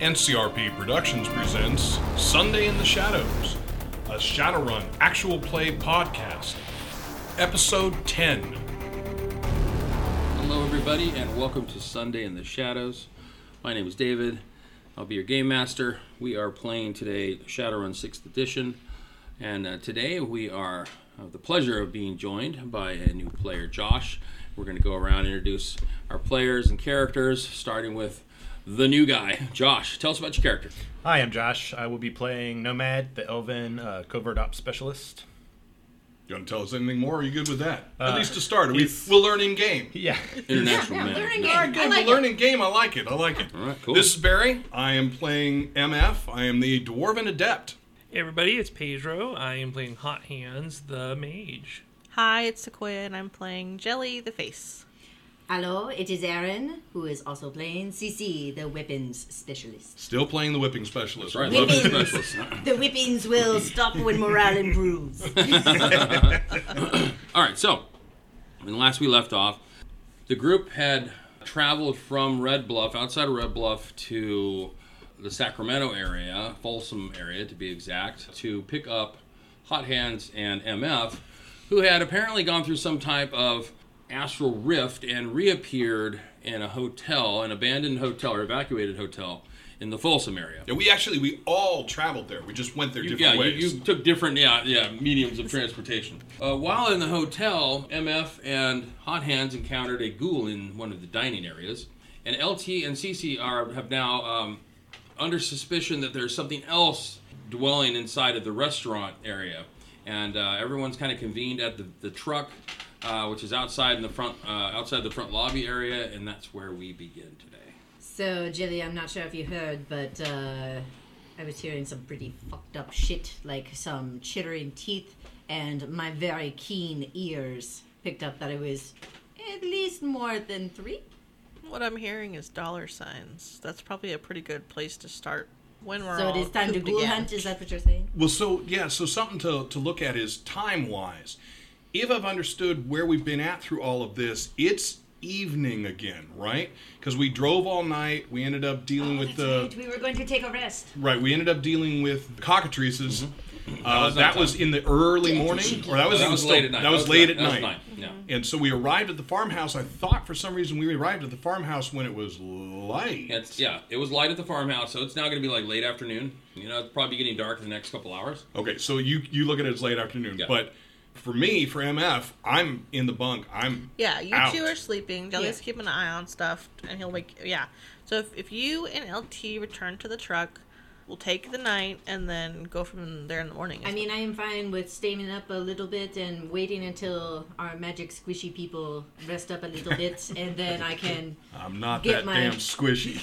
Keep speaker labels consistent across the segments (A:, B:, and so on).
A: NCRP Productions presents Sunday in the Shadows, a Shadowrun actual play podcast, episode 10.
B: Hello, everybody, and welcome to Sunday in the Shadows. My name is David. I'll be your game master. We are playing today Shadowrun 6th Edition, and uh, today we are uh, the pleasure of being joined by a new player, Josh. We're going to go around and introduce our players and characters, starting with the new guy, Josh. Tell us about your character.
C: Hi, I'm Josh. I will be playing Nomad, the Elven uh, Covert Ops Specialist.
A: You want to tell us anything more? Are you good with that? At
C: Uh,
A: least to start, we,
C: he's-
A: we'll learn in game.
C: Yeah.
B: International man.
D: learning
A: All right,
D: game. I
A: good.
D: like
A: we'll
D: it.
A: learn in game. I like it. I like it.
B: All right, cool.
A: This is Barry. I am playing MF. I am the Dwarven Adept.
E: Hey everybody, it's Pedro. I am playing Hot Hands, the mage.
F: Hi, it's Sequoia, and I'm playing Jelly the Face.
D: Hello, it is Aaron, who is also playing CC, the weapons specialist.
A: Still playing the Whipping Specialist.
B: All right,
A: Love
B: love
A: it.
B: and
D: Whippings.
B: specialists.
D: The whippings will stop when morale improves.
B: All right, so when last we left off, the group had traveled from Red Bluff, outside of Red Bluff, to the Sacramento area, Folsom area to be exact, to pick up Hot Hands and MF, who had apparently gone through some type of astral rift and reappeared in a hotel, an abandoned hotel or evacuated hotel in the Folsom area.
A: Yeah, we actually, we all traveled there. We just went there different
B: Yeah, you,
A: ways.
B: you took different yeah yeah mediums of transportation. Uh, while in the hotel, MF and Hot Hands encountered a ghoul in one of the dining areas, and LT and CC are have now um, under suspicion that there's something else dwelling inside of the restaurant area, and uh, everyone's kind of convened at the, the truck, uh, which is outside in the front uh, outside the front lobby area, and that's where we begin today.
D: so, Jilly, I'm not sure if you heard, but uh, I was hearing some pretty fucked up shit, like some chittering teeth, and my very keen ears picked up that it was at least more than three.
F: What I'm hearing is dollar signs. That's probably a pretty good place to start when we're
D: So
F: all
D: it is time to
F: cooped
D: ghoul
F: again.
D: hunt, is that what you're saying?
A: Well, so yeah, so something to, to look at is time wise. If I've understood where we've been at through all of this, it's evening again, right? Because we drove all night. We ended up dealing with the
D: we were going to take a rest.
A: Oh, right. We ended up dealing with cockatrices. Uh, that was,
B: Mm-hmm. was nighttime.
A: in the early morning, or that was,
B: That
A: even
B: was
A: still-
B: late at night.
A: That, was, late at
B: that was
A: night.
B: Yeah.
A: And so we arrived at the farmhouse. I thought for some reason we arrived at the farmhouse when it was light.
B: It's, yeah, it was light at the farmhouse, so it's now going to be like late afternoon. You know, it's probably getting dark in the next couple hours.
A: Okay, so you you look at it as late afternoon,
B: Yeah.
A: but for me, for MF, I'm in the bunk. I'm
F: Yeah, you
A: out.
F: two are sleeping. Jelly's
D: Yeah.
F: keeping an eye on stuff, and he'll wake. Yeah. So if, if you and LT return to the truck, we'll take the night and then go from there in the morning.
D: I mean, I am fine with staying up a little bit and waiting until our magic squishy people rest up a little bit, and then I can.
A: I'm not
D: Get
A: that
D: my-
A: damn squishy.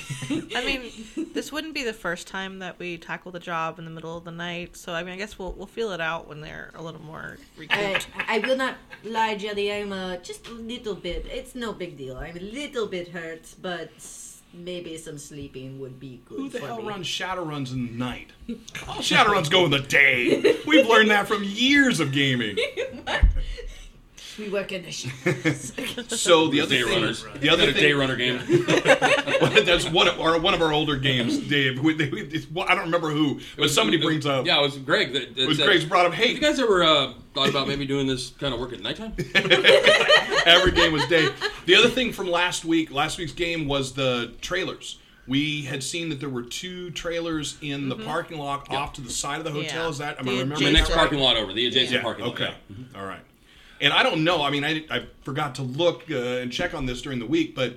F: I mean, this wouldn't be the first time that we tackle the job in the middle of the night. So I mean, I guess we'll we'll feel it out when they're a little more
D: I,
F: recouped.
D: I will not lie, Jelly. I'm uh, just a little bit. It's no big deal. I'm a little bit hurt, but maybe some sleeping would be good
A: Who the
D: for
A: hell
D: me.
A: runs shadow runs in the night? All shadow runs go in the day. We've learned that from years of gaming.
D: We work in the shadows.
A: So the other
B: Day
A: thing,
B: runners.
A: the other
B: Got a day
A: thing,
B: runner game.
A: that's one of our one of our older games, Dave. We- they- we- it's- well, I don't remember who, but somebody brings up.
B: Yeah, it was Greg. That, that
A: it was
B: said,
A: Grace brought up. Hey,
B: You guys ever uh, thought about maybe doing this kind of work at nighttime?
A: Every game was day. The other thing from last week, last week's game was the trailers. We had seen that there were two trailers in the parking lot off to the side of the hotel.
F: Yeah.
A: Is that? Am
F: The
A: I remembering
B: the
F: adjacent-
B: next
A: that right?
B: parking lot over, the adjacent
A: Yeah.
B: parking lot.
A: okay. Mm-hmm. All right. And I don't know. I mean, I, I forgot to look uh, and check on this during the week, but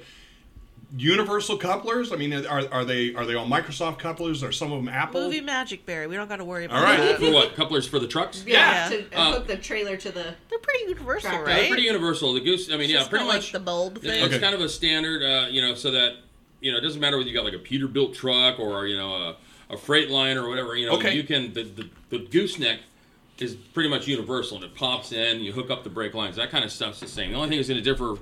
A: universal couplers. I mean, are, are they are they all Microsoft couplers? Are some of them Apple?
F: Movie Magic Berry. We don't got to worry about
A: All right.
F: that.
B: For what? Couplers for the trucks?
A: Yeah.
D: To
B: Uh,
D: hook the trailer to the.
F: They're pretty universal,
D: Tractor.
F: right?
B: They're pretty universal. The goose. I mean,
F: It's
B: yeah,
F: just
B: pretty
F: not
B: much.
F: like the bulb
B: Yeah,
F: thing.
B: It's
A: Okay.
B: kind of a standard, uh, you know, so that you know it doesn't matter whether you got like a Peterbilt truck or you know a, a freight line or whatever. You know,
A: Okay.
B: you can the, the the gooseneck is pretty much universal, and it pops in. You hook up the brake lines. That kind of stuff's the same. The only thing that's going to differ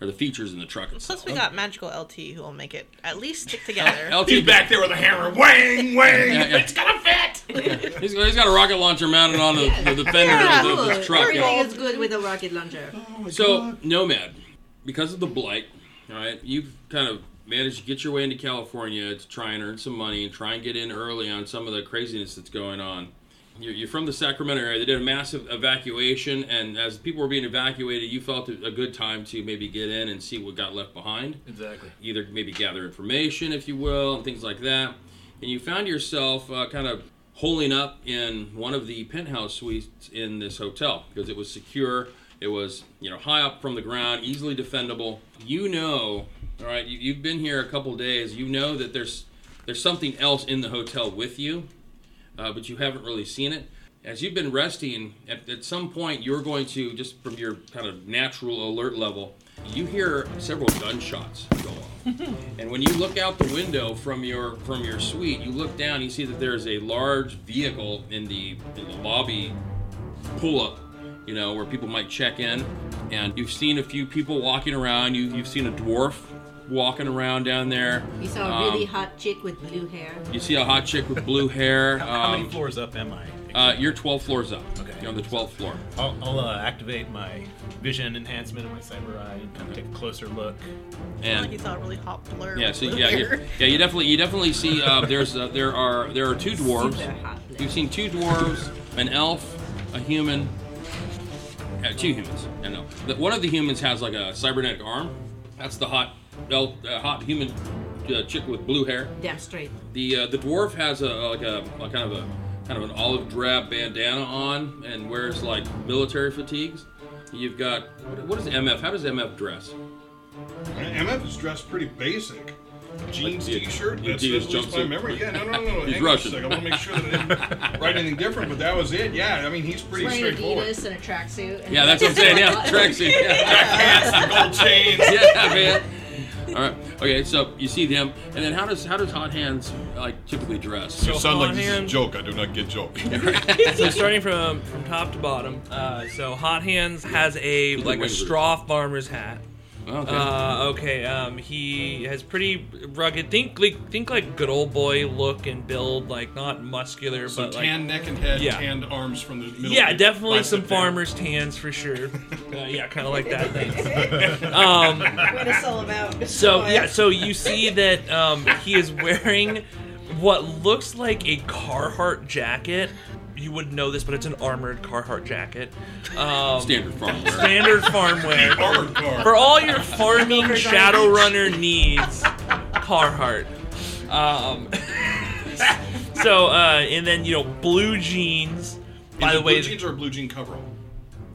B: are the features in the truck itself.
F: Plus, we got magical LT who will make it at least stick together.
B: LT
A: He's back there with a hammer. Wang, wang.
B: Yeah, yeah.
A: It's gonna fit.
B: He's, he's got a rocket launcher mounted on the, the, the fender of the, the
D: Good.
B: truck.
D: Everything
B: yeah.
D: is good with a rocket launcher.
B: So Nomad, because of the blight, all right, you've kind of manage to get your way into California to try and earn some money and try and get in early on some of the craziness that's going on. You're, you're from the Sacramento area. They did a massive evacuation, and as people were being evacuated, you felt it a good time to maybe get in and see what got left behind
C: Exactly.
B: either maybe gather information, if you will, and things like that. And you found yourself uh, kind of holing up in one of the penthouse suites in this hotel because it was secure. It was, you know, high up from the ground, easily defendable. You know, all right, you, you've been here a couple days. You know that there's there's something else in the hotel with you, uh, but you haven't really seen it. As you've been resting, at, at some point you're going to just from your kind of natural alert level, you hear several gunshots go off. And when you look out the window from your from your suite, you look down, you see that there is a large vehicle in the in the lobby pull up, you know, where people might check in. And you've seen a few people walking around. You you've seen a dwarf walking around down there.
D: You saw a really
B: Um,
D: hot chick with blue hair.
B: You see a hot chick with blue hair.
C: How, how many
B: um,
C: floors up am I?
B: uh, you're 12 floors up.
C: Okay.
B: You're on the 12th floor.
C: I'll, I'll uh, activate my vision enhancement and my cyber eye and kind of take a closer look.
F: And like
B: And
F: you saw a really hot blur.
B: yeah,
F: with
B: so
F: blue
B: yeah,
F: hair.
B: you, yeah, you definitely you definitely see uh, there's uh, there are there are two dwarves.
D: Super hot.
B: You've seen two dwarves, an elf, a human, uh, two humans. I know. The- One of the humans has like a cybernetic arm. That's the hot elf, uh, hot human uh, chick with blue hair.
D: Damn straight.
B: The uh, the dwarf has a like a, a kind of a kind of an olive drab bandana on and wears like military fatigues. You've got what, what is MF? How does MF dress?
A: MF is dressed pretty basic. Jeans,
B: Like, yeah,
A: t-shirt.
B: yeah,
A: That's
B: jeans,
A: at least my
B: jumpsuit.
A: memory. Yeah, no, no, no. no. hang on
B: He's
A: a
B: Russian.
A: sec, I want to make sure that I didn't write anything different, but that was it. Yeah, I mean, he's pretty
D: Wearing
A: straightforward.
D: Adidas and a tracksuit. and-
B: Yeah, that's what I'm saying. Yeah, tracksuit. Yeah.
A: Gold chains.
B: yeah, man. All right. Okay, so you see them, and then how does how does Hot Hands like typically dress?
A: You sound like
G: Hot
A: this is a
G: Hand-
A: joke. I do not get joke.
G: so starting from from top to bottom. Uh, so Hot Hands has a
B: With the
G: like a
B: wings.
G: straw farmer's hat.
B: okay.
G: Uh, okay. Um, he has pretty rugged. Think like think like good old boy look and build. Like not muscular,
A: Some
G: but like
A: tan neck and head,
G: Yeah.
A: tanned arms from the middle.
G: yeah,
A: of your
G: definitely
A: bicep
G: some
A: there.
G: farmer's tans for sure. Uh, yeah, kind of like that. Thanks. Um,
H: Way to sell him out.
G: So
H: Boy.
G: yeah, so you see that um, he is wearing what looks like a Carhartt jacket. You wouldn't know this, but it's an armored Carhartt jacket. Um,
B: Standard farm wear.
G: standard farm wear
A: Armored car.
G: for all your farming Shadowrunner needs. Carhartt. Um, so uh, and then you know blue jeans. By
A: Is it
G: the way,
A: blue jeans or a blue jean coverall?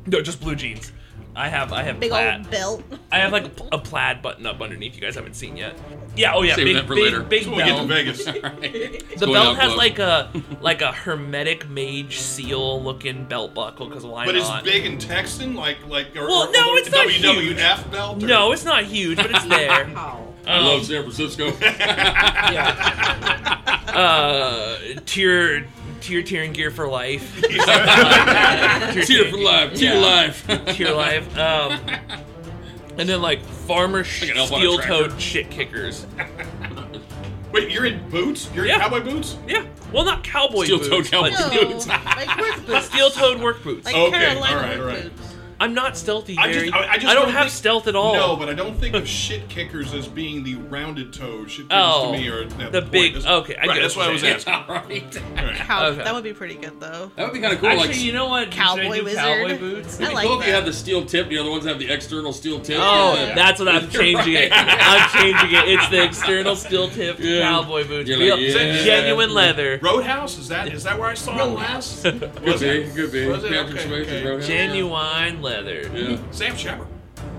G: no, just blue jeans. I have I have
F: Big
G: plaid.
F: old belt.
G: I have like a pl- a plaid button up underneath. You guys haven't seen yet. Yeah. Oh yeah.
B: Save
G: big
B: that for
G: big,
B: later.
G: big
A: When we get to
G: belt.
A: Vegas.
B: All right. It's
G: The
B: going
G: belt
B: out
G: has
B: low.
G: like a like a hermetic mage seal looking belt buckle. Cause why
A: But it's
G: not?
A: big and Texan, like like or,
G: Well,
A: or-
G: no,
A: or
G: it's not
A: WWF
G: huge.
A: belt. or-
G: No, it's not huge, but it's there. Um,
D: Wow.
B: I love San Francisco.
G: yeah. Uh, tier tier tiering gear for life. tier,
B: Tear for life. Tear
G: Yeah.
B: life.
G: Tier life. Um, and then like farmer
B: Like
G: sh-
B: an elf on a
G: steel toed shit kickers.
A: Wait, you're in boots? You're
G: Yeah.
A: in cowboy boots?
G: Yeah. Well, not cowboy
B: Steel-toed
G: boots, but
B: cowboy
G: steel-
F: No, like work boots.
G: Steel toed work boots.
F: Like
A: Okay,
F: Carolina
A: alright,
F: work
A: alright.
F: boots.
G: I'm not stealthy,
A: I just-
G: Gary. I,
A: I- I just
G: don't,
A: don't
G: have
A: think-
G: stealth at all.
A: No, but I don't think of shit kickers as being the rounded toe. Shit kickers
G: Oh,
A: to me are at
G: the
A: point.
G: big-
A: That's-
G: okay, I get
A: right,
G: what
A: that's
G: you're
A: what I was
G: saying.
A: asking.
B: All right.
A: Right.
F: Cow-
G: Okay.
F: That would be pretty good though.
B: That would be kind of cool.
G: Actually,
B: like,
G: you know what? Should I
F: Cowboy
G: do
F: wizard.
G: Cowboy boots.
F: I
B: it'd be
F: like
B: cool if you
F: that.
B: had the steel tip. The other ones have the external steel tip.
G: Oh,
B: Yeah.
G: that's what I'm
B: You're
G: changing it.
B: right.
G: I'm changing it. It's the external steel tipped
B: Yeah.
G: cowboy boots.
B: You're
G: Real-
B: like, yeah.
G: Genuine leather.
A: Roadhouse? Is that is that where I saw it last?
B: Could
A: Was
B: be.
A: it?
B: Could be.
A: Was it?
B: Patrick
A: Okay,
B: Swayze,
A: okay.
B: bro.
G: Genuine leather.
B: Yeah.
A: Sam Shepard.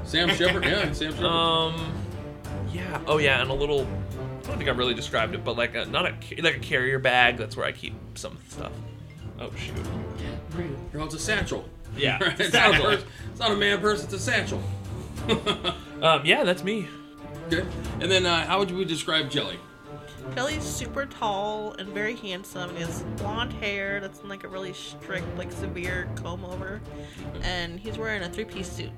B: Sam Shepard. Yeah. Sam Shepard.
G: Um, yeah. Oh yeah, and a little. I don't think I really described it, but like a not a ca- like a carrier bag. That's where I keep some stuff. Oh shoot.
D: Rude.
B: Well, it's a satchel.
G: Yeah.
B: it's, not a pers- it's not a man purse. It's a satchel.
G: Um, yeah, that's me.
B: Okay. And then, uh, how would you describe Jelly?
F: Kelly's super tall and very handsome. He has blonde hair that's in like a really strict, like severe comb over, and he's wearing a three-piece suit.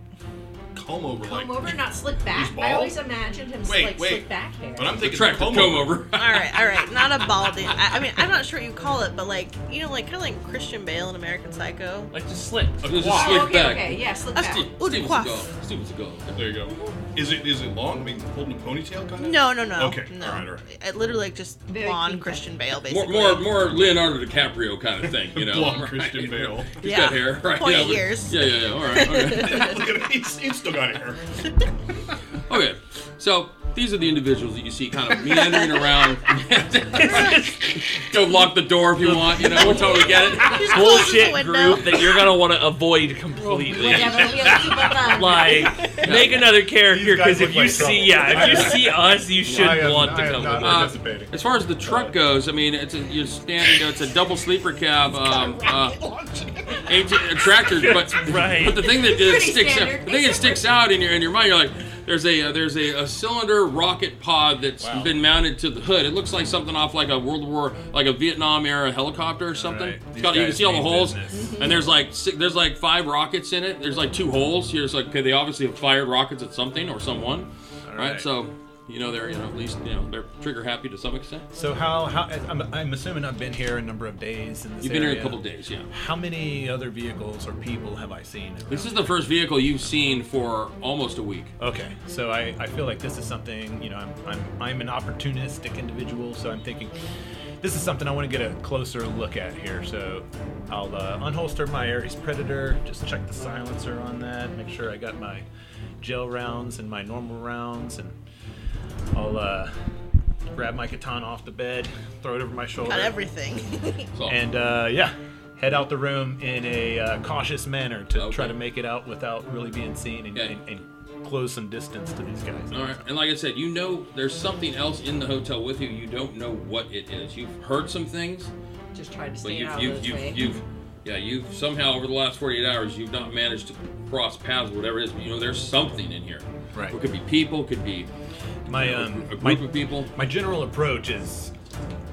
A: Comb over
D: Comb
A: like
D: over, not slick back.
A: he's bald?
D: I always imagined him
A: Wait,
D: like
A: wait.
D: slick back hair.
A: But I'm thinking
B: Track the
A: comb
B: comb over.
F: All right, all right, not not a balding. I, I mean, I'm not sure what you call it, but like you know, like kind of like Christian Bale in American Psycho.
E: Like just slick.
B: It was a
A: Wow.
B: slick
D: Oh, okay,
B: back.
D: okay, yeah, slip
F: That's
D: back.
B: Steve,
F: Ooh,
B: Steve was a
F: quaff.
B: goal. Steve was a goal.
A: There you go. Is it is it long? I mean, holding a ponytail kind of.
F: No, no, no.
A: Okay,
F: no.
A: all right, all right.
F: I literally like just
D: Very clean
F: blonde
D: cut.
F: Christian Bale,
B: More,
F: basically.
B: more, more Leonardo DiCaprio kind of thing, you know.
A: Blonde
B: Right.
A: Christian Bale.
B: He's
F: Yeah.
B: got hair, right?
F: 20
B: yeah, but-
F: years.
B: Yeah, yeah, yeah. All right. Okay.
A: Look at him. He's, he's still got hair.
B: okay. So these are the individuals that you see kind of meandering around. Go lock the door if you want. You know, we totally get it.
F: Just closes the
E: Bullshit
F: window.
E: group that you're gonna want to avoid completely.
D: Whatever, we'll keep it on.
E: Like, make another character
C: These guys
E: because if
C: look
E: you
C: like
E: see,
C: trouble.
E: yeah, if you see us, you should
C: I am-
E: want to
C: I am
E: come
C: not
E: with us.
B: Uh,
C: participating.
B: as far as the truck goes, I mean, it's a, you're standing. It's a double sleeper cab. Um, uh, eight tractor, but
E: right.
B: but the thing that, that
D: Pretty
B: sticks out,
D: standard.
B: the thing that sticks out in your in your mind, you're like, there's a uh, there's a, a cylinder rocket pod that's
C: Wow.
B: been mounted to the hood. It looks like something off like a World War, like a Vietnam era helicopter or something.
C: right.
B: It's
C: These
B: got, you can
C: guys
B: see all the
C: mean
B: holes,
C: business.
B: and there's like si- there's like five rockets in it. There's like two holes. You're just like, okay, they obviously have fired rockets at something or someone, right?
C: right.
B: So. You know they're you know at least you know they're trigger happy to some extent.
C: So how how I'm, I'm assuming I've been here a number of days. In this
B: You've been here a
C: area.
B: couple days, yeah.
C: How many other vehicles or people have I seen? around?
B: This is the first vehicle you've seen for almost a week.
C: Okay, so I, I feel like this is something, you know, I'm, I'm, I'm an opportunistic individual, so I'm thinking this is something I want to get a closer look at here. So I'll uh, unholster my Ares Predator, just check the silencer on that, make sure I got my gel rounds and my normal rounds, and I'll uh, grab my katana off the bed, throw it over my shoulder,
F: Got everything.
B: So-
C: and uh, yeah, head out the room in a uh, cautious manner to
B: Okay.
C: try to make it out without really being seen and,
B: Yeah.
C: and, and close some distance to these guys.
B: All right, and like I said, you know there's something else in the hotel with you. You don't know what it is. You've heard some things,
D: Just try to
B: but
D: stay
B: you've
D: out of
B: you've
D: those
B: you've,
D: way.
B: you've yeah you've somehow over the last 48 hours you've not managed to cross paths, whatever it is. But you know there's something in here.
C: Right.
B: It could be people. Could be
C: My
B: a
C: um,
B: group
C: my,
B: of people.
C: my general approach is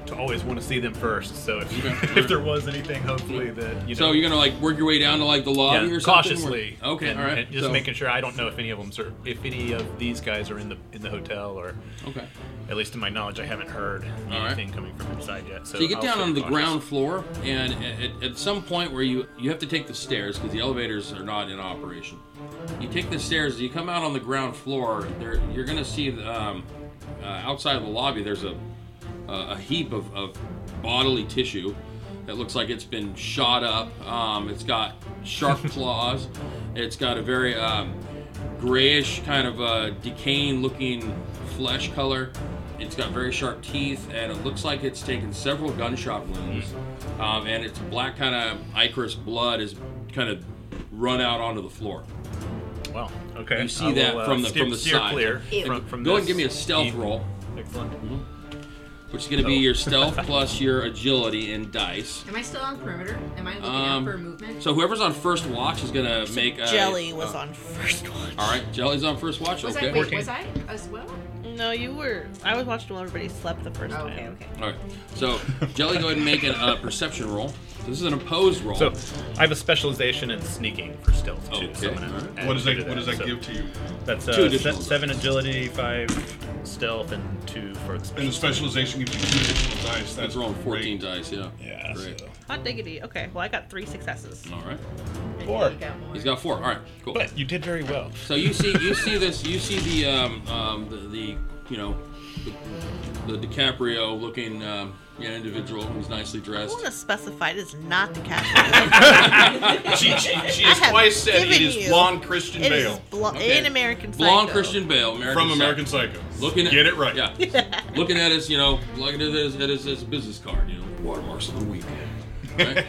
C: to always want to see them first. So if,
B: Okay.
C: if there was anything, hopefully that you know.
B: So you're gonna like work your way down to like the lobby
C: yeah,
B: or something.
C: cautiously.
B: Where- okay.
C: and-
B: all right.
C: and just
B: so-
C: making sure I don't know if any of them are, if any of these guys are in the in the hotel or.
B: Okay.
C: At least to my knowledge, I haven't heard
B: right.
C: anything coming from inside yet. So,
B: So you get
C: I'll
B: down
C: stay
B: on the
C: cautious.
B: ground floor, and at, at some point where you you have to take the stairs because the elevators are not in operation. You take the stairs. You come out on the ground floor. There, you're gonna see um, uh, outside of the lobby. There's a a a heap of, of bodily tissue that looks like it's been shot up. Um, it's got sharp claws. It's got a very um, grayish kind of uh, decaying looking flesh color. It's got very sharp teeth, and it looks like it's taken several gunshot wounds.
C: Hmm.
B: Um, and its black kind of ichorous blood is kind of run out onto the floor.
C: Wow. Okay.
B: You see
C: I will, uh,
B: that from the-
C: steer,
B: from the
C: steer
B: side.
C: clear
D: Ew.
C: from, from
B: Go ahead and
C: this.
B: give me a stealth roll,
C: Excellent.
A: Mhm.
B: which is going to be
C: Oh.
B: your stealth plus your agility in dice.
D: Am I still on perimeter? Am I looking out
B: Um,
D: for movement?
B: So whoever's on first watch is gonna make a
F: Jelly was
B: uh,
F: on first watch.
B: All right, Jelly's on first watch.
D: was
B: okay.
D: I wait, was I as well?
F: No, you were. I was watching while everybody slept the first
D: Oh,
F: time.
D: okay, okay.
B: All right. So Jelly, go ahead and make a uh, perception roll. So this is an opposed roll.
C: So, I have a specialization in sneaking for stealth too. so I'm
B: Okay,
C: gonna
B: alright.
C: add
A: What does
C: two
A: that
C: to
A: What does that
C: so
A: give to you?
C: That's uh,
B: Two
C: se-
B: additional.
C: seven agility, five stealth, and two for the
A: And the
C: special.
A: specialization gives you two additional dice. That's
B: that's rolling 14
A: great.
B: dice. Yeah.
C: Yeah.
B: Great.
C: so-
F: Hot diggity. Okay, well, I got three successes.
B: All right.
D: I think
C: Four.
D: I got more.
B: He's got four. All right. Cool.
C: But you did very well.
B: So you see, you see this, you see the, um, um, the, the you know, the, the DiCaprio looking um, yeah, individual who's nicely
F: I
B: dressed.
F: want to specify it is not the cat.
A: She, she, she
F: I
A: has
F: have
A: twice said it
F: given
A: is
F: you-
A: blonde Christian
F: it is
A: Bale
F: blo-
B: Okay.
F: in American Psycho.
B: Blonde Christian Bale, American
A: from
B: Psycho.
A: American Psycho.
B: Looking at
A: Get it right.
B: Yeah. looking at his, you know, looking at his at his, his business card, you know, watermarks of the week. Right?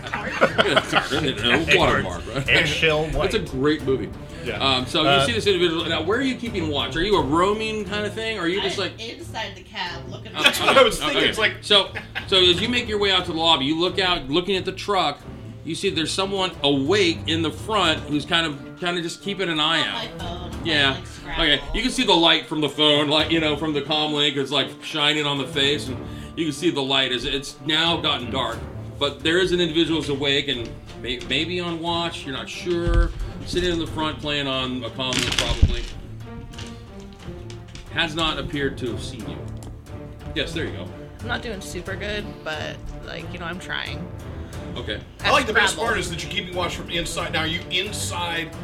B: You know, watermark, right?
C: Eggshell white.
B: That's a great movie.
C: Yeah.
B: Um, so you
C: Uh,
B: see this individual. Now, where are you keeping watch? Are you a roaming kind of thing? Or are you just like?
F: inside the cab looking.
B: Oh,
A: That's what I was thinking.
B: okay.
A: It's like
B: so. So as you make your way out to the lobby, you look out, looking at the truck. You see there's someone awake in the front who's kind of kind of just keeping an eye out.
F: phone.
B: Yeah. okay. You can see the light from the phone, like you know, from the comm link. It's like shining on the face, and you can see the light as it's now gotten dark. But there is an individual who's awake and may, maybe on watch. You're not sure. Sitting in the front, playing on a comm link, probably. has not appeared to have seen you. Yes, there you go.
F: I'm not doing super good, but like you know, I'm trying.
B: Okay.
A: I like the best
F: Scrabble.
A: part is that you're keeping watch from inside. Now, are you inside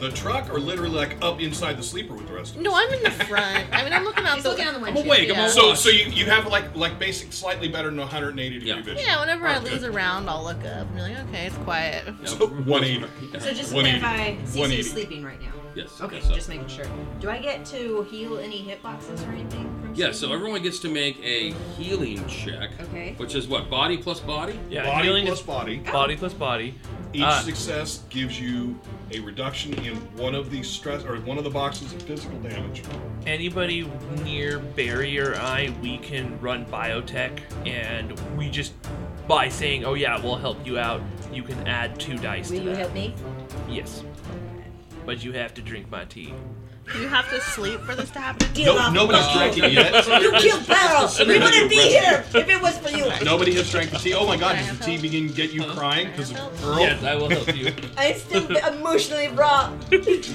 A: the truck or literally like up inside the sleeper with the rest of us?
F: No, I'm in the front. I mean, I'm looking out
D: He's
F: the.
D: looking out the
B: I'm
D: windshield.
B: awake. I'm
F: Yeah.
B: awake.
A: So, so you, you have like like basic slightly better than 180 degree
B: Yeah.
A: vision.
F: Yeah, whenever I
A: Alright,
F: lose
A: good.
F: a round, I'll look up and be like, okay, it's quiet.
A: So 180.
D: So just to
A: 180.
D: clarify, CC's
A: 180.
D: sleeping right now.
B: Yes.
D: Okay,
B: yes, uh,
D: just making sure. Do I get to heal any hitboxes or anything? From
B: Yeah,
D: CC?
B: so everyone gets to make a healing check.
D: Okay.
B: Which is what? Body plus body?
E: Yeah,
A: Body
E: healing
A: plus
E: is
A: body.
E: body plus body.
A: Each
E: Uh,
A: success gives you a reduction in one of the stress or one of the boxes of physical damage.
E: anybody near Barry or I, we can run biotech, and we just by saying, "Oh yeah, we'll help you out," you can add two dice
D: Will
E: to
D: you
E: that.
D: help me?
E: Yes, but you have to drink my tea.
F: Do you have to sleep for this to happen?
D: Give up.
A: nobody's drinking yet.
D: You killed Barrel. We wouldn't be here if it was for you.
A: Nobody has drank the tea. Oh my god, does the tea
F: Can I help?
A: begin to get you crying because of
F: Can I
A: Earl?
E: Yes, I will help you.
D: I'm still emotionally raw.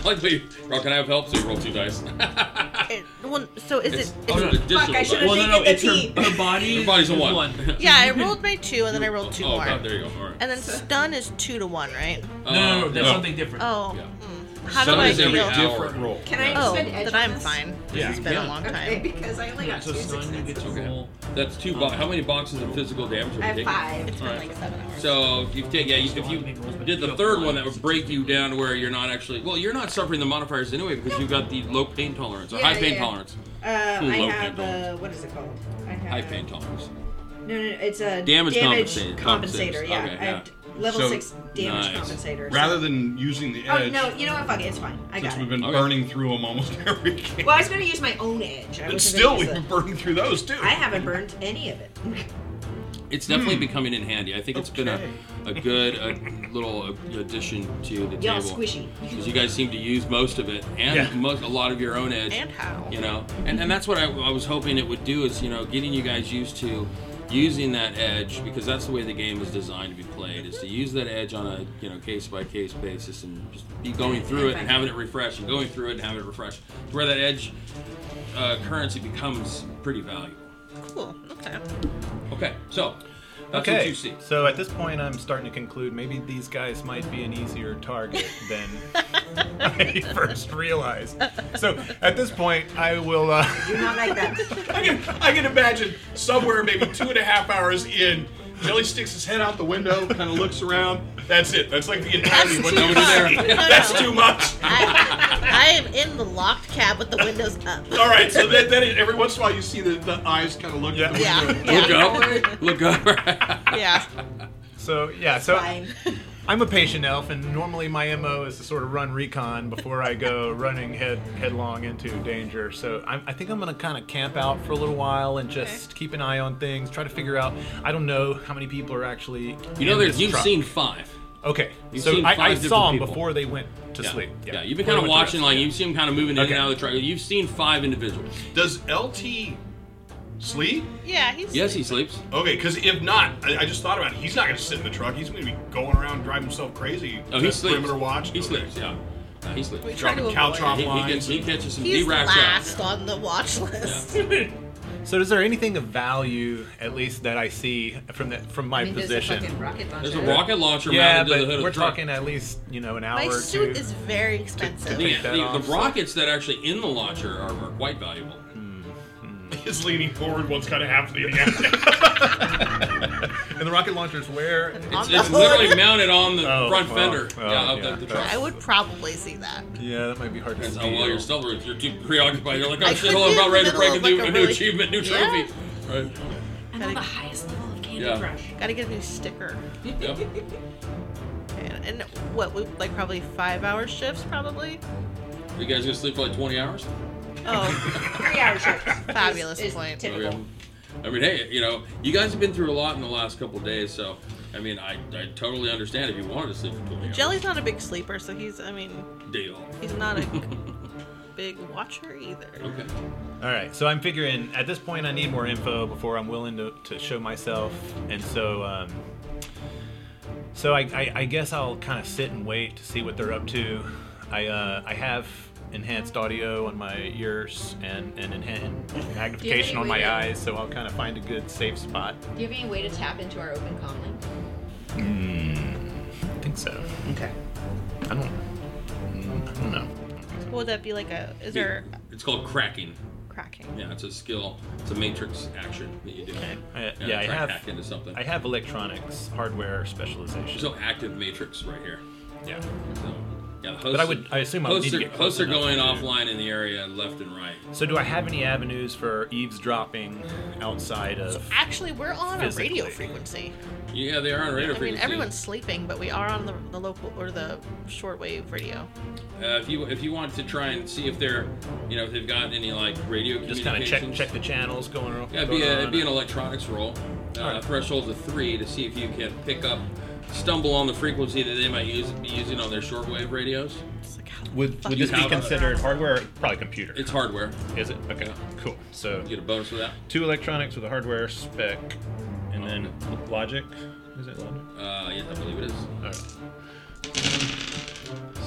B: Like, wait, Rock, can I have help? So you roll two dice.
F: It, well, so is
B: It's-
F: it?
B: oh,
F: it's-
B: no, additional
D: Fuck, I
B: dice.
D: should've-
E: well,
D: She
E: no, no,
D: get the
E: it's
D: tea.
E: her, her body.
B: Your body's a
E: is
B: one.
F: yeah, I rolled my two and then I rolled two
B: oh,
F: more.
B: God, there you go. All right.
F: And then stun is two to one, right?
E: No, no, no, that's
A: No.
E: something different.
F: Oh.
B: Yeah.
F: mm. How
B: Stun
F: do I
B: is every
F: deal?
B: hour.
A: Different roll.
D: Can I
F: Oh,
D: spend edge
F: then
D: on
F: I'm
D: this?
F: fine.
E: Yeah.
F: This has been
E: Yeah.
F: a long
D: Okay,
F: time.
D: because I only got
E: so
D: two
E: stun, you get
D: successes.
E: to
B: Okay.
E: roll.
B: That's two. Bo- how many boxes of physical damage have you
D: I have
B: taken?
D: five.
F: It's been
B: Alright.
F: like seven hours.
B: So if you take, yeah, you- if you did the third one, that would break you down to where you're not actually. Well, you're not suffering the modifiers anyway because you've got the low pain tolerance or
D: Yeah,
B: high
D: yeah,
B: pain
D: yeah.
B: tolerance.
D: Uh, I
B: Low
D: have
B: pain
D: uh, what is it called? I have uh,
B: High pain tolerance.
D: No, no, no, it's a
B: Damage
D: damage,
B: compensator-
D: compensator.
B: compensator.
D: Yeah,
B: Okay,
D: I have
B: yeah.
D: d- level
A: So-
D: six damage
B: Nice.
D: compensator.
A: Rather than using the
D: oh
A: edge,
D: no, you know what? Fuck it, it's fine. I
A: since
D: got
A: we've
D: it.
A: been
B: Okay.
A: burning through them almost every game,
D: Well, I was gonna use my own edge. I
A: and
D: wasn't
A: still
D: gonna
A: we've
D: use
A: been
D: the-
A: burning through those too.
D: I haven't burned any of it.
B: It's definitely been coming in handy. I think it's been
A: Okay.
B: a, a good a little addition to the
D: Y'all
B: table.
D: squishy.
B: Because you guys seem to use most of it and
C: Yeah.
B: most, a lot of your own edge.
F: and how?
B: you know and, and that's what I, I was hoping it would do is you know getting you guys used to using that edge because that's the way the game is designed to be played is to use that edge on a you know case by case basis and just be going through it and having it refresh and going through it and having it refresh to where that edge uh, currency becomes pretty valuable
F: Cool. Okay.
B: okay so that's what
C: Okay.
B: you see
C: So at this point, I'm starting to conclude maybe these guys might be an easier target than I first realized. So at this point, I will. Uh,
D: Do not like that.
A: I can, I can imagine somewhere maybe two and a half hours in, Jelly sticks his head out the window, kind of looks around. That's it. That's like the entirety of what
F: too
A: nobody there.
F: much. No, no.
A: That's too much.
F: I, I am in the locked cab with the windows up.
A: All right, so then, then every once in a while you see the, the eyes kind of look at the
F: Yeah.
A: window.
B: look
F: Yeah.
B: up look up
F: Yeah.
C: so yeah. So
D: Fine.
C: I'm a patient elf, and normally my mo is to sort of run recon before I go running head headlong into danger. So I'm, I think I'm gonna kind of camp out for a little while and just keep an eye on things, try to figure out. I don't know how many people are actually.
B: you know
C: in
B: there's
C: this
B: you've
C: truck.
B: seen five
C: Okay,
B: You've
C: so
B: seen five
C: I, I
B: different
C: saw them
B: people.
C: before they went to
B: yeah.
C: sleep.
B: yeah. you've been
C: Before
B: kind of
C: they went to
B: watching,
C: rest.
B: like you've seen them kind of moving in
C: Okay.
B: and out of the truck. You've seen five individuals.
A: Does LT sleep?
F: Yeah, he's.
B: Yes, he sleeps.
A: Okay, because if not, I, I just thought about it. He's not going to sit in the truck. He's going to be going around driving himself crazy.
B: Oh, he
A: That's
B: sleeps.
A: Perimeter watch.
B: He sleeps. Yeah, Uh, he sleeps.
F: We
B: He,
F: try to
A: Dropping cow
F: avoid.
A: chop
B: he,
A: lines.
B: gets, he catches some.
F: He's
B: he racks
F: last
B: out.
F: on the watch list.
C: So is there anything of value, at least that I see from the, from my
D: I mean, there's a
C: position?
D: fucking rocket launcher.
B: There's a rocket launcher
C: Yeah,
B: mounted to the
C: but
B: hood
C: we're
B: of the truck.
C: talking at least you know an hour
F: My
C: or
F: suit
C: two.
F: is very
B: The,
F: expensive.
B: the,
C: Take that
B: the
C: off, so-
B: rockets that are actually in the launcher are, are quite valuable.
A: He's leaning forward, one's kind of half leaning out.
C: and the rocket launcher's where?
F: On the
B: It's
F: hood.
B: literally mounted on the
C: Oh,
B: front
C: wow.
B: fender
C: Well,
B: yeah, of
C: yeah.
B: the, the
C: That's-
B: truck.
F: I would probably see that.
C: Yeah, that might be hard to
B: That's
C: see.
B: how well you're still. You're too preoccupied. You're like, oh
F: I
B: shit,
F: could
B: hold on,
F: be
B: about
F: in
B: ready to
F: the
B: break a
F: middle
B: new, a
F: of, like,
B: new
F: a really-
B: achievement, new
F: Yeah.
B: trophy. Right.
D: I'm on the highest level of Candy
B: Yeah.
D: Crush.
F: Gotta get a new sticker.
B: Yeah.
F: And, and what, we, like probably five hour shifts, probably?
B: You guys gonna sleep for like 20 hours?
F: Oh,
D: Three hour shifts.
F: fabulous
D: It's- it's
F: point.
D: typical.
B: Okay. I mean, hey, you know, you guys have been through a lot in the last couple of days, so I mean, I, I totally understand if you wanted to sleep for 20 hours.
F: Jelly's not a big sleeper, so he's, I mean,
B: deal.
F: he's not a big watcher either.
B: Okay.
C: All right, so I'm figuring at this point I need more info before I'm willing to, to show myself, and so um, so I, I, I guess I'll kind of sit and wait to see what they're up to. I uh, I have enhanced audio on my ears and and, enhan- and magnification on
I: way
C: my
I: to-
C: eyes, so I'll kind of find a good safe spot.
I: Do you have any way to tap into our open comm link?
C: I think so.
I: Okay.
C: I don't. I don't know.
F: Would that be like a? Is there
B: It's called cracking.
F: cracking?
B: Yeah, it's a skill. It's a matrix action that you do.
F: Okay.
C: I, yeah,
B: try
C: I
B: and
C: have.
B: hack into something.
C: I have electronics hardware specialization.
B: So active matrix right here.
C: yeah.
B: So yeah, the hosts,
C: I would- I assume I would
B: hosts
C: need to
B: are,
C: get close
B: hosts are
C: enough
B: going
C: to-
B: offline in the area left and right.
C: So do I have any avenues for eavesdropping outside of?
F: Actually, we're on a radio
C: Physically.
F: frequency.
B: Yeah, they are on radar
F: I mean,
B: frequency.
F: everyone's sleeping, but we are on the, the local or the shortwave radio.
B: Uh, if you if you want to try and see if they're, you know, if they've got any like radio
C: Just kind of check
B: communications-
C: check the channels going on.
B: Yeah, it'd
C: going
B: be, a,
C: on.
B: it'd be an electronics roll. Uh,
C: Alright.
B: Threshold's a three to see if you can pick up, stumble on the frequency that they might use be using on their shortwave radios.
F: It's like, how
C: Would,
F: the
C: would
F: fuck
C: this
F: is
C: be
B: have a-
F: that?
C: considered hardware? Or probably computer.
B: It's hardware.
C: Is it? Okay, cool. So
B: You get a bonus for that.
C: two electronics with a hardware spec, and then logic. Is it logic?
B: Uh, yes, I believe it is.
C: All right.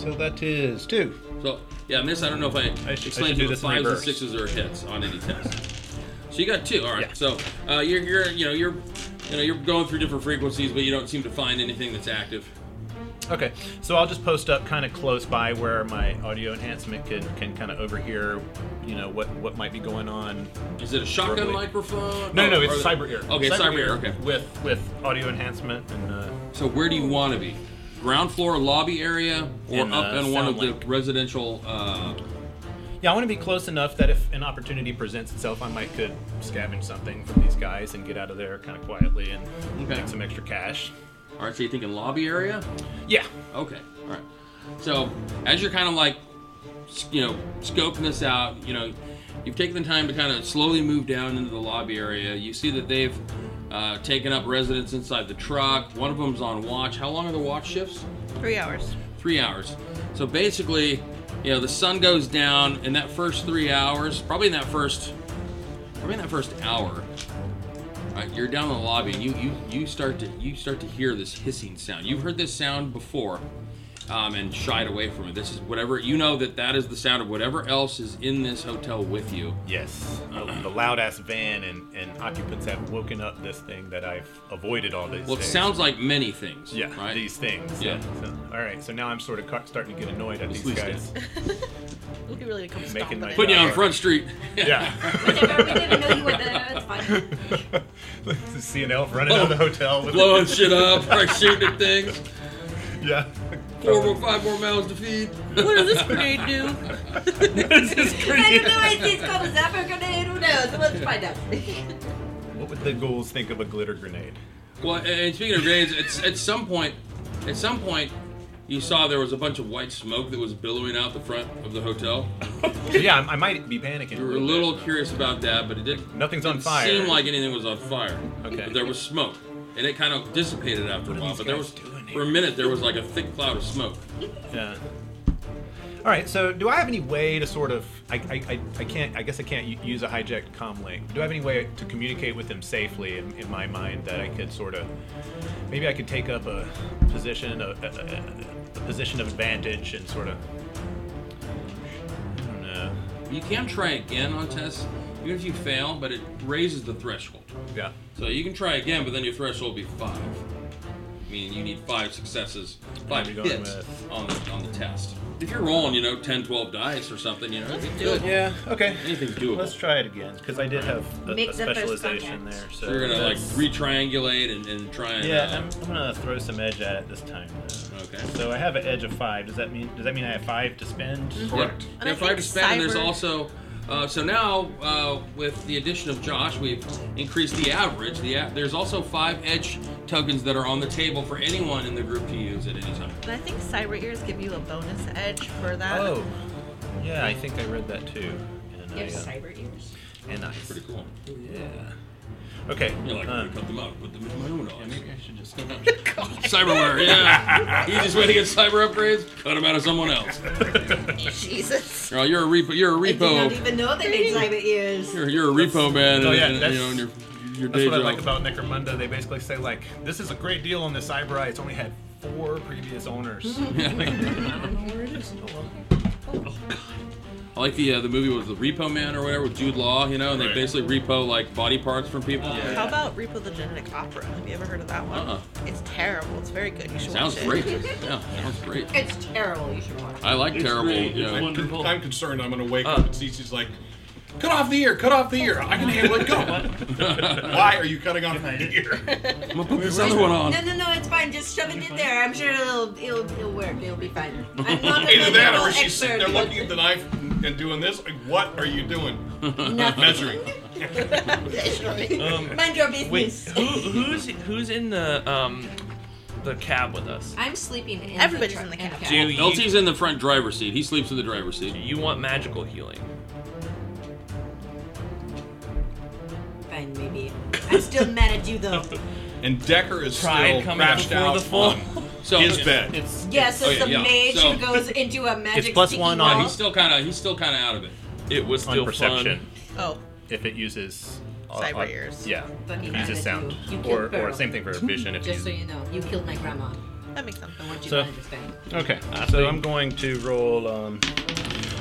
C: So that is two.
B: So yeah, miss, I don't know if I,
C: I should
B: explained
C: do
B: you the
C: this in
B: fives and
C: reverse.
B: sixes are hits on any test. So you got two. All right.
C: Yeah.
B: So uh, you're you're you know you're you know you're going through different frequencies, but you don't seem to find anything that's active.
C: Okay, so I'll just post up kind of close by where my audio enhancement can, can kind of overhear, you know, what, what might be going on.
B: Is it a shotgun
C: Probably.
B: microphone?
C: No,
B: Oh,
C: no, no,
B: or
C: it's
B: the-
C: cyber ear.
B: Okay, cyber ear. Okay.
C: With with audio enhancement and uh,
B: So where do you want to be? Ground floor lobby area, or
C: In, uh,
B: up in one
C: sound
B: of
C: link.
B: the residential? Uh,
C: yeah, I want to be close enough that if an opportunity presents itself, I might could scavenge something from these guys and get out of there kind of quietly and
B: Okay.
C: make some extra cash.
B: all right. So you're thinking lobby area?
C: Yeah,
B: Okay. All right. So as you're kind of like, s- you know, scoping this out, you know, you've taken the time to kind of slowly move down into the lobby area. You see that they've uh, taken up residence inside the truck. One of them's on watch. How long are the watch shifts?
F: Three hours.
B: three hours. So basically, you know, the sun goes down in that first three hours, probably in that first, probably in that first hour. Right, you're down in the lobby, and you you you start to you start to hear this hissing sound. You've heard this sound before, um, and shied away from it. This is whatever you know that that is the sound of whatever else is in this hotel with you.
C: yes, the loud ass van and, and occupants have woken up this thing that I've avoided all these.
B: Well, it
C: days.
B: sounds like many things.
C: Yeah,
B: right.
C: these things.
B: Yeah.
C: So, all right, so now I'm sort of ca- starting to get annoyed at
B: Just
C: these
B: loose
C: guys.
F: We could really come
C: Making
F: stomping
C: my-
F: in.
B: Putting you on
C: Yeah.
B: Front Street.
C: yeah.
D: We never, we never know you were there. It's fine.
C: See an elf running out of the hotel. With
B: blowing shit up, right, shooting at things.
C: yeah.
B: Four more, five more mouths to feed.
F: What does this grenade do?
D: I don't know. It's, it's called a zapper grenade. Who knows? Let's find out.
C: What would the ghouls think of a glitter grenade?
B: Well, and- and speaking of grenades, it's at some point, at some point, you saw there was a bunch of white smoke that was billowing out the front of the hotel.
C: So yeah, I, I might be panicking.
B: You were a
C: bit.
B: little curious about that, but it didn't
C: Nothing's on fire.
B: seem like anything was on fire.
C: Okay.
B: But there was smoke, and it kind of dissipated after a
C: are
B: while.
C: these
B: But there was,
C: guys doing
B: for a
C: here?
B: minute, there was like a thick cloud of smoke.
C: Yeah. All right. So, do I have any way to sort of? I, I, I, I can't. I guess I can't u- use a hijacked comm link. Do I have any way to communicate with them safely in, in my mind that I could sort of? Maybe I could take up a position, a, a, a, a position of advantage, and sort of. I don't know.
B: You can try again on tests, even if you fail, but it raises the threshold.
C: Yeah.
B: So you can try again, but then your threshold will be five. Meaning you need five successes, five
C: What are we going
B: hits
C: with?
B: on the, on the test. If you're rolling, you know, 10, 12 dice or something, you know, it'd be doable.
C: Yeah. Okay.
B: Anything's doable.
C: Let's try it again because I did have a,
D: Make
C: a
D: the first
C: specialization
D: contact.
C: there. So,
B: So you're gonna like
C: that's-
B: retriangulate and, and try and
C: Yeah,
B: uh,
C: I'm, I'm gonna throw some edge at it this time. Though.
B: Okay.
C: So I have an edge of five. Does that mean Does that mean I have five to spend?
D: Mm-hmm.
B: Correct.
F: And I
B: Yeah, five
F: think
B: to spend. And there's
F: cyber-
B: also uh, so now uh, with the addition of Josh, we've increased the average. The a- there's also five edge tokens that are on the table for anyone in the group to use at any time.
F: And I think cyber ears give you a bonus edge for that.
C: Oh, yeah. I think I read that too. And
I: You
C: I,
I: have
C: uh,
I: cyber ears.
C: and I
B: Pretty cool.
C: yeah. Okay.
B: You're like,
C: uh,
B: I'm gonna cut them out, and put them in my own
C: yeah,
B: office.
C: maybe I should just.
B: Cyberware, yeah. Easiest way to get cyber upgrades: cut them out of someone else.
F: Jesus.
B: Girl, you're a repo. You're a
D: I did not
B: repo.
D: even know they made cyber ears.
B: You're, you're a repo man.
C: Oh, yeah,
B: and, and, you know,
C: that's-
B: and your, your
C: That's
B: day
C: what I
B: job.
C: like about Necromunda. They basically say like, "This is a great deal on this cyber eye. It's only had four previous owners."
B: Yeah.
C: I don't know where it is. Oh, well.
B: I like the uh, the movie was the Repo Man or whatever with Jude Law, you know, and
A: Right.
B: they basically repo like body parts from people.
F: How about Repo the Genetic Opera? Have you ever heard of that one?
B: Uh-uh.
F: It's terrible. It's very good. You should
B: Sounds
F: watch it.
B: great. yeah, sounds great.
D: It's terrible. You should watch it.
B: I like
G: It's
B: terrible.
G: great.
B: you know.
G: It's wonderful.
A: I'm concerned. I'm gonna wake
C: Uh.
A: up and Cece's like, "Cut off the ear! Cut off the ear! I can handle it. Go. Why are you cutting off my ear?
B: I'm gonna put this other one on.
D: No, no, no, it's fine. Just shove it in there. I'm sure it'll it'll, it'll work. It'll be fine. I'm not a
A: Either that,
D: medical
A: or she's sitting
D: expert.
A: there looking at the knife and doing this. Like, what are you doing?
D: Nothing.
A: Measuring.
D: Mind your
E: Wait,
D: business.
E: who, who's who's in the um the cab with us?
D: I'm sleeping in
F: Everybody's
D: the
F: in the
D: truck-
F: cab.
E: Do you,
B: LT's in the front driver's seat. He sleeps in the driver's seat.
E: you want magical healing?
D: Fine, maybe. I'm still mad at you though.
A: And Decker is
E: Pride
A: still
E: coming out
A: crashed
E: before
A: out
E: the full.
A: on
B: So
A: his bed.
C: It's
D: Yes,
B: Oh,
D: it's
B: yeah,
D: the
B: yeah.
D: mage
B: So-
D: who goes into a magic.
C: plus
D: sticky
C: one
D: wall.
C: on-
B: he's still kind of he's still kind of out of it.
E: It was still
C: on perception
E: fun.
F: Oh,
C: if it uses uh,
F: Cyber
C: uh,
F: ears.
C: Yeah,
D: But
C: it
D: you
C: uses
D: added
C: sound,
D: you. You
C: or
D: killed Beryl.
C: or same thing for vision. If
D: Just so
C: you,
D: you know, you killed my grandma.
F: that makes sense.
D: I want you
C: So-
D: to understand.
C: okay, so I'm going to roll um,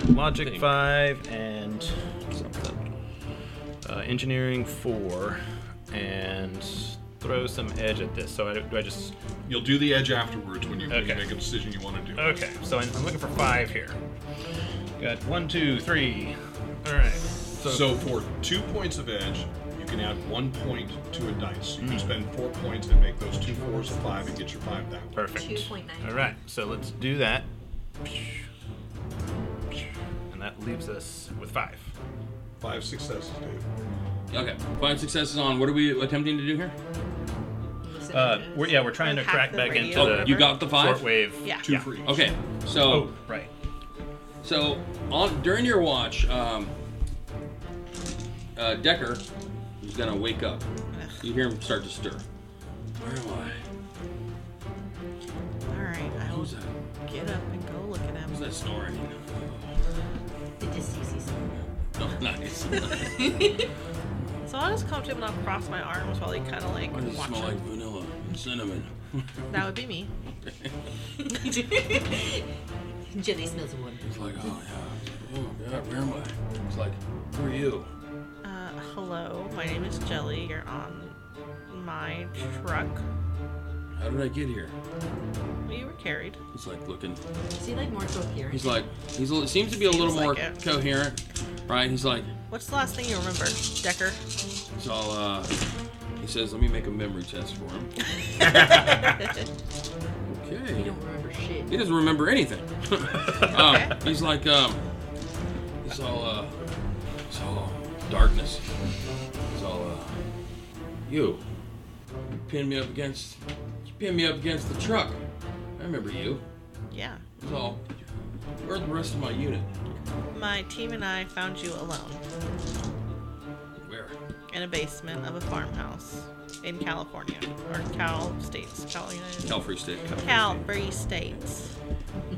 C: logic
E: Thing.
C: five and uh, engineering four, and throw some edge at this. So I, do I just
A: You'll do the edge afterwards when you, when you
C: Okay.
A: make a decision you want to do.
C: Okay, so I'm, I'm looking for five here. Got one, two, three. All right. So,
A: So for two points of edge, you can add one point to a dice. You can spend four points and make those two fours a five and get your five that way.
C: perfect.
D: 2.9.
C: All right, so let's do that. And that leaves us with five.
A: Five successes, Dave.
B: Okay. Five successes on. What are we attempting to do here?
D: Listen
C: Uh,
D: to this.
C: we're, yeah, we're trying to
F: Unpack
C: crack
F: the
C: back
F: radio
C: into
F: or
C: Oh, the
F: whatever.
B: Oh, You got the
C: short
B: five.
C: wave.
F: Yeah.
A: Two for each.
B: Okay. So
C: Oh, right. Oh.
B: So, on during your watch, um, uh, Decker is gonna wake up. You hear him start to stir. Where am
F: All right, I
B: I?
F: will
B: Who's that?
F: get up and go look at
B: Who's
F: him.
B: that snoring?
D: The diseases.
B: No, Oh, nice.
F: So I'll just come to him and I'll cross my arms while he kind of like
B: Why does it
F: watch
B: smell like
F: him.
B: vanilla and cinnamon?
F: That would be me.
D: Jelly smells wonderful.
B: It's like, oh yeah, oh god, where am I? It's like, who are you?
F: Uh, hello, my name is Jelly. You're on my truck.
B: How did I get here?
F: You were carried.
B: He's like looking.
D: Is he like more coherent?
B: He's like, he's a, li- seems to be a little
F: Seems like
B: more
F: it.
B: coherent, right? He's like,
F: What's the last thing you remember, Decker?
B: it's all. Uh, he says, let me make a memory test for him. Okay.
D: you don't remember shit.
B: He doesn't remember anything. um, he's like, um, it's all, uh, it's all uh, darkness. It's all, uh, you. You pinned me up against, you pinned me up against the truck. I remember you.
F: yeah.
B: It's all, where's the rest of my unit?
F: My team and I found you alone
B: Where?
F: in a basement of a farmhouse in California. Or Cal States. Cal United.
B: Cal Free State.
F: Cal Free States.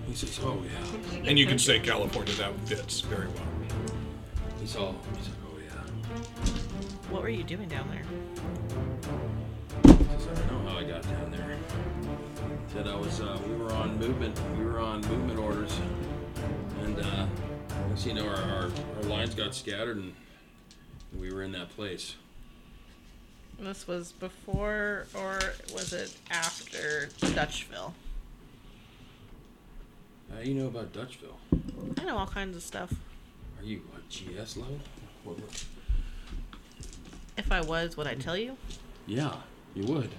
B: He says, oh yeah.
A: And you can say California, that fits very well.
B: He's all, he's like, oh yeah.
F: What were you doing down there?
B: He says, I don't know how I got down there. He said I was, uh, we were on movement, we were on movement orders. And uh, as you know, our, our, our lines got scattered and we were in that place.
F: This was before or was it after Dutchville?
B: How do you know about Dutchville?
F: I know all kinds of stuff.
B: Are you what, GS level? What, what?
F: If I was, would I tell you?
B: Yeah, you would.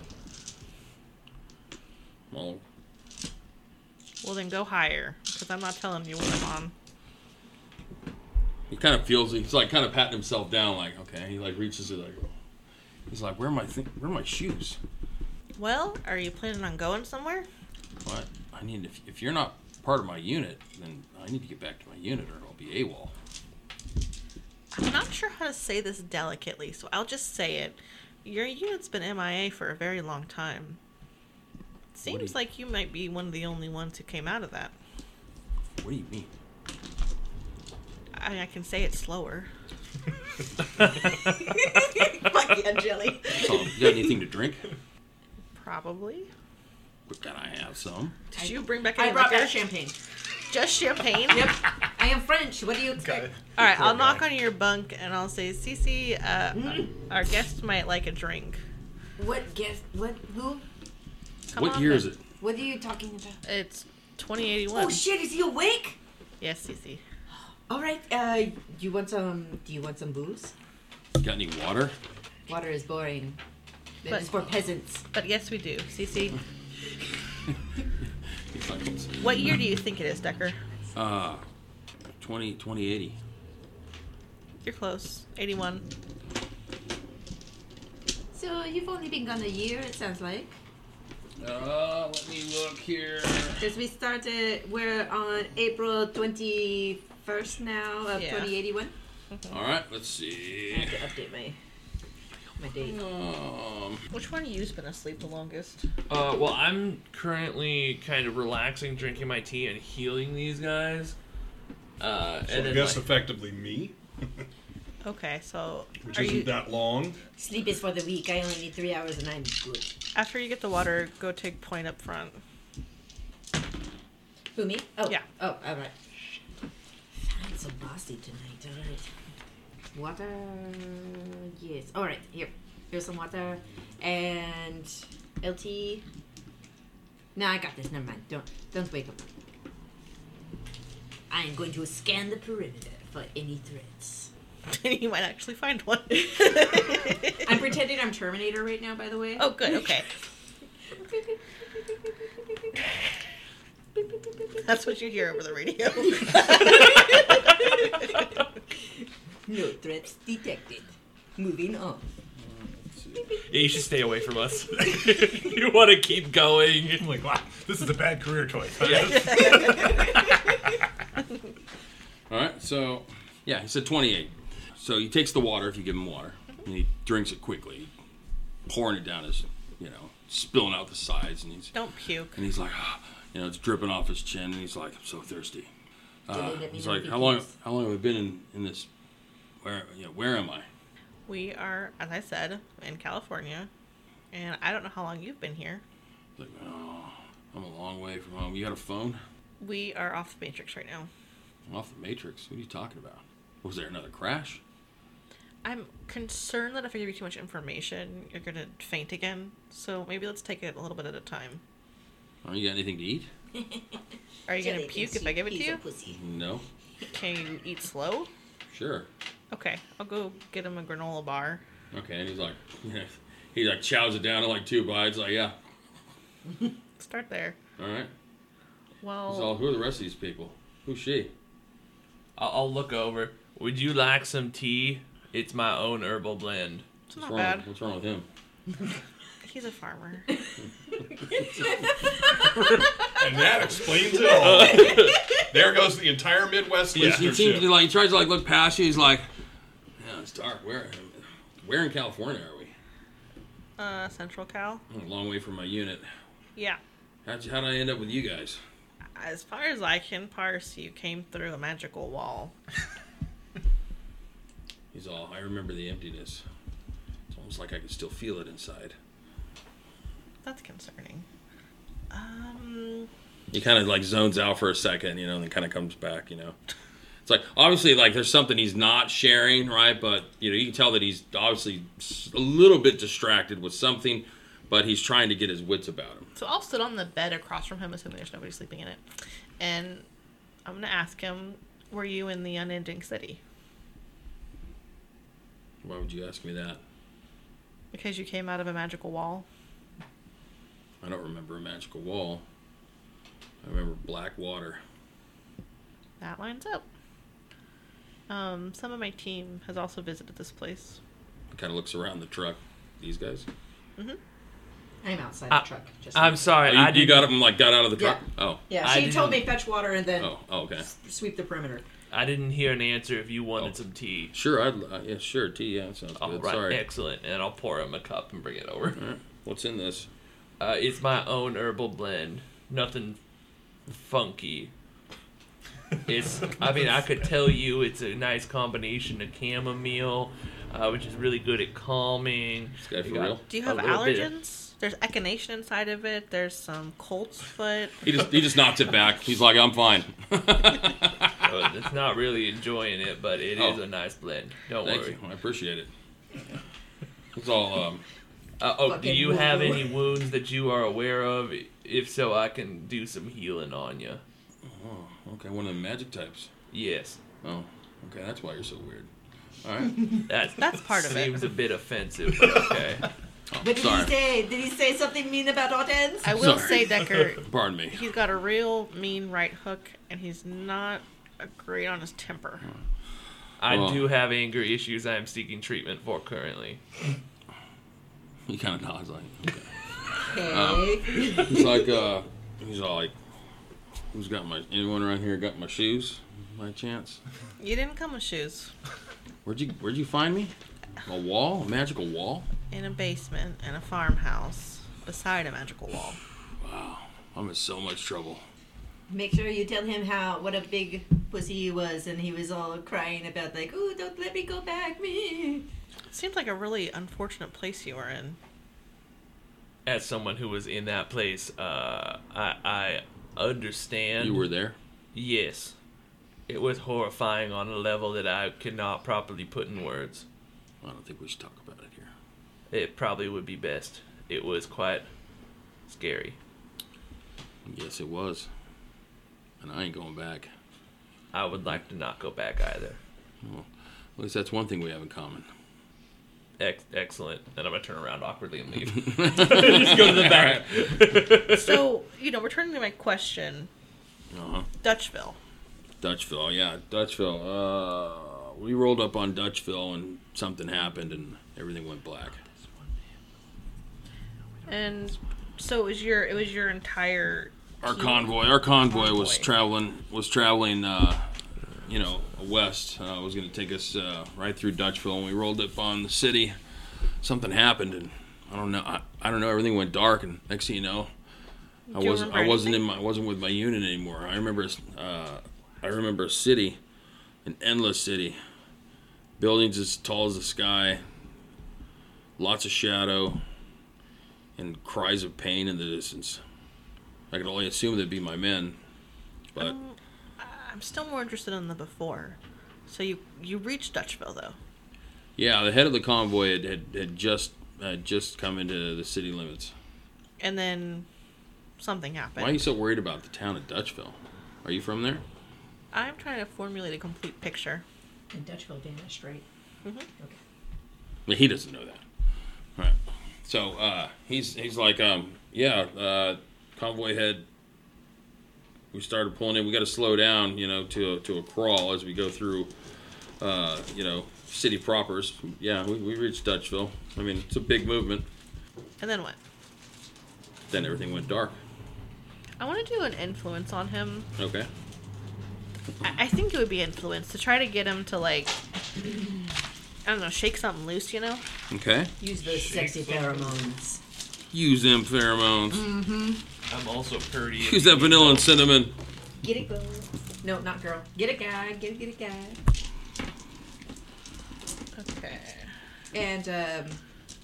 B: Well,
F: Well, then go higher, because I'm not telling you what I'm on.
B: he kind of feels he's like kind of patting himself down, like okay. He like reaches it like, he's like, where are my th- where are my shoes?
F: Well, are you planning on going somewhere?
B: But I need if, if you're not part of my unit, then I need to get back to my unit or I'll be AWOL.
F: I'm not sure how to say this delicately, so I'll just say it. Your unit's been MIA for a very long time. Seems
B: you-
F: like you might be one of the only ones who came out of that.
B: What do you mean?
F: I, I can say it slower.
D: Fuck yeah, Jelly.
B: So, you got anything to drink?
F: Probably.
B: But can I have some?
F: Did you bring back
D: I
F: any
D: brought
F: liquor?
D: back champagne.
F: just champagne.
D: Yep. I am French. What do you expect?
F: All right, I'll knock on your bunk and I'll say, Cece, uh,
D: Mm.
F: our guest might like a drink.
D: What guess? What? Who?
F: Come
B: What
F: on
B: year
F: in.
B: is it?
D: What are you talking about?
F: It's 2081.
D: Oh shit! Is he awake?
F: Yes, Cece.
D: All right. Uh, you want some? Do you want some booze?
B: Got any water?
D: Water is boring. It
F: But-
D: is for peasants.
F: But yes, we do. Cece,
B: Fuckers.
F: what year do you think it is, Decker?
B: Uh, 20, 2080.
F: You're close. 81.
D: So you've only been gone a year. It sounds like.
B: Uh, let me look here.
D: Because we started, we're on April 21st now of
F: Yeah.
D: 2081.
B: All right, let's
D: I
B: see.
D: have to update my my date.
B: Um,
F: Which one of you's been asleep the longest?
E: Uh, well, I'm currently kind of relaxing, drinking my tea, and healing these guys. Uh, and
A: I
E: then,
A: guess
E: like-
A: effectively me,
F: Okay, so
A: which
F: are
A: isn't
F: you,
A: that long.
D: Sleep is for the weak. I only need three hours and I'm good.
F: after you get the water, go take point up front.
D: Who, me? Oh,
F: Yeah.
D: Oh, all right. I'm so bossy tonight. All right. Water. Yes. All right. Here. Here's some water. And LT. No, I got this. Never mind. Don't don't wake up. I am going to scan the perimeter for any threats.
F: you might actually find one.
D: I'm pretending I'm Terminator right now, by the way.
F: oh, good. Okay. That's what you hear over the radio.
D: No threats detected. Moving on.
E: yeah, you should stay away from us. you want to keep going.
C: I'm like, wow, this is a bad career choice. huh?
B: all right, so yeah, he said 28. So he takes the water if you give him water, and he drinks it quickly, pouring it down his, you know, spilling out the sides, and he's
F: Don't puke.
B: and he's like, ah, you know, it's dripping off his chin, and he's like, I'm so thirsty.
D: they
B: Uh,
D: let me
B: he's
D: know
B: like,
D: if he
B: how long?
D: pees?"
B: How long have I been in, in this? Where? You know, where am I?
F: We are, as I said, in California, and I don't know how long you've been here.
B: He's like, oh, I'm a long way from home. You got a phone?
F: We are off the Matrix right now.
B: I'm off the Matrix. What are you talking about? Was there another crash?
F: I'm concerned that if I give you too much information, you're gonna faint again. So maybe let's take it a little bit at a time.
B: Oh, you got anything to eat?
F: Are you gonna
D: Jelly
F: puke
D: thinks
F: if I give it to
D: he's a
F: you?
D: pussy.
B: No.
F: Can you eat slow?
B: Sure.
F: Okay, I'll go get him a granola bar.
B: Okay. And he's like, he like chows it down in like two bites. Like, yeah.
F: Start there.
B: All right. He's all,
F: Well,
B: who are the rest of these people? Who's she?
E: I'll, I'll look over. Would you like some tea? It's my own herbal blend.
F: it's
B: What's
F: not
B: wrong?
F: bad.
B: What's wrong with him?
F: He's a farmer.
A: And that explains it all. there goes the entire Midwest
B: He- he seems to
A: listenership.
B: like he tries to like look past you. He's like, yeah, it's dark. Where? Where in California are we?
F: Uh, Central Cal.
B: I'm a long way from my unit.
F: Yeah.
B: How'd you, how'd I end up with you guys?
F: As far as I can parse, you came through a magical wall.
B: He's all, I remember the emptiness. It's almost like I can still feel it inside.
F: That's concerning. Um,
B: He kind of like zones out for a second, you know, and then kind of comes back, you know. It's like obviously like there's something he's not sharing, right? But you know, you can tell that he's obviously s- a little bit distracted with something, but he's trying to get his wits about him.
F: so I'll sit on the bed across from him, assuming there's nobody sleeping in it, and I'm gonna ask him, "Were you in the unending city?"
B: Why would you ask me that?
F: Because you came out of a magical wall.
B: I don't remember a magical wall. I remember black water.
F: That lines up. Um, some of my team has also visited this place.
B: He kind of looks around the truck. These guys.
D: I'm outside
E: I-
D: the truck. Just
E: Uh, I'm sorry.
B: Oh, you,
E: I
B: you
E: did
B: got up and like got out of the truck.
D: Yeah.
B: Oh.
D: Yeah,
E: I
D: she told me
E: didn't-
D: fetch water and then
B: Oh. Oh. Okay.
D: sweep the perimeter.
E: I didn't hear an answer if you wanted
B: Oh.
E: some tea.
B: Sure. I'd. Uh, yeah. Sure. Tea. Yeah. Sounds
E: All
B: good.
E: Oh, right,
B: Sorry.
E: excellent. And I'll pour him a cup and bring it over.
B: All right. What's in this?
E: Uh, it's my own herbal blend. Nothing funky. It's. I mean, I could tell you it's a nice combination of chamomile, uh, which is really good at calming.
B: This guy for
E: You got
B: real?
F: Do you
E: a
F: have
E: little bit of-
F: allergens? There's echinacea inside of it. There's some colt's foot.
B: He just he just knocks it back. He's like, I'm fine.
E: Oh,
G: Uh, it's not really enjoying it, but it is
B: Oh.
G: a nice blend. Don't
B: Thank
G: worry.
B: you. I appreciate it. It's all um,
G: Uh, oh, do
D: Fucking
G: you have
D: woo.
G: any wounds that you are aware of? If so, I can do some healing on you.
B: okay. One of the magic types.
G: Yes,
B: Oh, okay. That's why you're so weird. All right.
G: that's
F: That's part of it.
G: Seems a bit offensive. But okay.
D: What did
B: Sorry.
D: he say? Did he say something mean about Ottens?
F: I will
B: Sorry.
F: say, Decker,
B: Pardon me.
F: he's got a real mean right hook, and he's not great on his temper.
E: Hmm.
G: I
B: Well.
G: do have anger issues. I am seeking treatment for currently.
B: He kind of nods like.
D: Okay.
B: He's like, uh, he's all like, who's got my, anyone around here got my shoes? My chance.
F: You didn't come with shoes
B: Where'd you, where'd you find me? A wall? A magical wall?
F: in a basement in a farmhouse beside a magical wall.
B: I'm in so much trouble.
D: Make sure you tell him how what a big pussy he was, and he was all crying about like, "Ooh, don't let me go back, me."
F: Seems like a really unfortunate place you are in.
G: As someone who was in that place, uh, I, I understand.
B: You were there?
G: Yes, it was horrifying on a level that I could not properly put in words.
B: I don't think we should talk about it here.
G: It probably would be best. It was quite scary.
B: Yes, it was. And I ain't going back.
G: I would like to not go back either.
B: At least that's one thing we have in common.
G: Ex- excellent. Then I'm gonna turn around awkwardly and leave.
B: Just
G: go to the back.
F: So, you know, returning to my question,
B: Uh-huh.
F: Dutchville.
B: Dutchville, yeah, Dutchville. Uh, we rolled up on Dutchville and something happened and everything went black.
F: And so it was your it was your entire
B: our
F: team.
B: convoy our convoy, was
F: Convoy.
B: traveling was traveling uh, you know west uh, was going to take us uh, right through dutchville and we rolled up on the city something happened and i don't know i, I don't know everything went dark and next thing you know i
F: Do you
B: wasn't i
F: remember
B: wasn't in my I wasn't with my unit anymore i remember uh, i remember a city an endless city buildings as tall as the sky lots of shadow and cries of pain in the distance I could only assume they'd be my men. But
F: I'm still more interested in the before. So you you reached Dutchville though.
B: yeah, the head of the convoy had, had, had just had just come into the city limits.
F: And then something happened.
B: Why are you so worried about the town of Dutchville? Are you from there?
F: I'm trying to formulate a complete picture.
I: And Dutchville vanished, right? Mm-hmm.
B: Well, he doesn't know that. All right. So uh, he's he's like, um, yeah, uh, convoy head. We started pulling in. We got to slow down, you know, to a, to a crawl as we go through, uh, you know, city propers. Yeah, we, we reached Dutchville. I mean, it's a big movement.
F: And then what?
B: Then everything went dark.
F: I want to do an influence on him.
B: Okay.
F: I, I think it would be influence to try to get him to like I don't know, shake something loose, you know?
B: Okay.
D: Use those sexy pheromones.
B: Use them pheromones.
G: I'm also pretty.
B: Use that vanilla and cinnamon.
D: Get it, girl. No, not girl. Get it, guy. Get it, get it, guy.
F: Okay.
D: And um,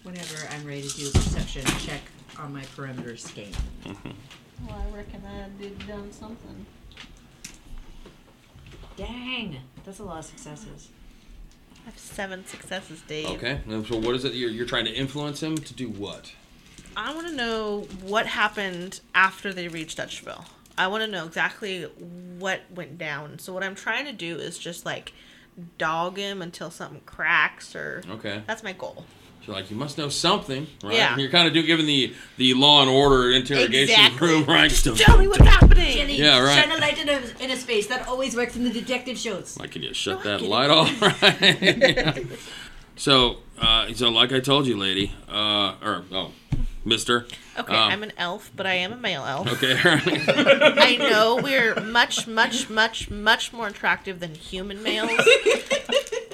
D: whenever I'm ready to do a perception check on my perimeter scan.
F: Well, I reckon I did done something.
D: Dang, that's a lot of successes.
F: I have seven successes, Dave.
B: Okay. And so, what is it you're, you're trying to influence him to do? What?
F: I want to know what happened after they reached Dutchville. I want to know exactly what went down. So what I'm trying to do is just like dog him until something cracks or
B: Okay.
F: that's my goal.
B: You're like, you must know something, right?
F: Yeah.
B: And you're kind of do giving the the Law and Order interrogation
F: Exactly.
B: room, right?
F: Tell me what's happening.
B: Yeah, right.
D: Shine a light in his, in his face. That always works in the detective shows.
B: Like, can you shut that light off? Right. so, uh, so like I told you, lady, uh, or oh, Mister.
F: Okay,
B: Um,
F: I'm an elf, but I am a male elf.
B: Okay. all right.
F: I know we're much, much, much, much more attractive than human males,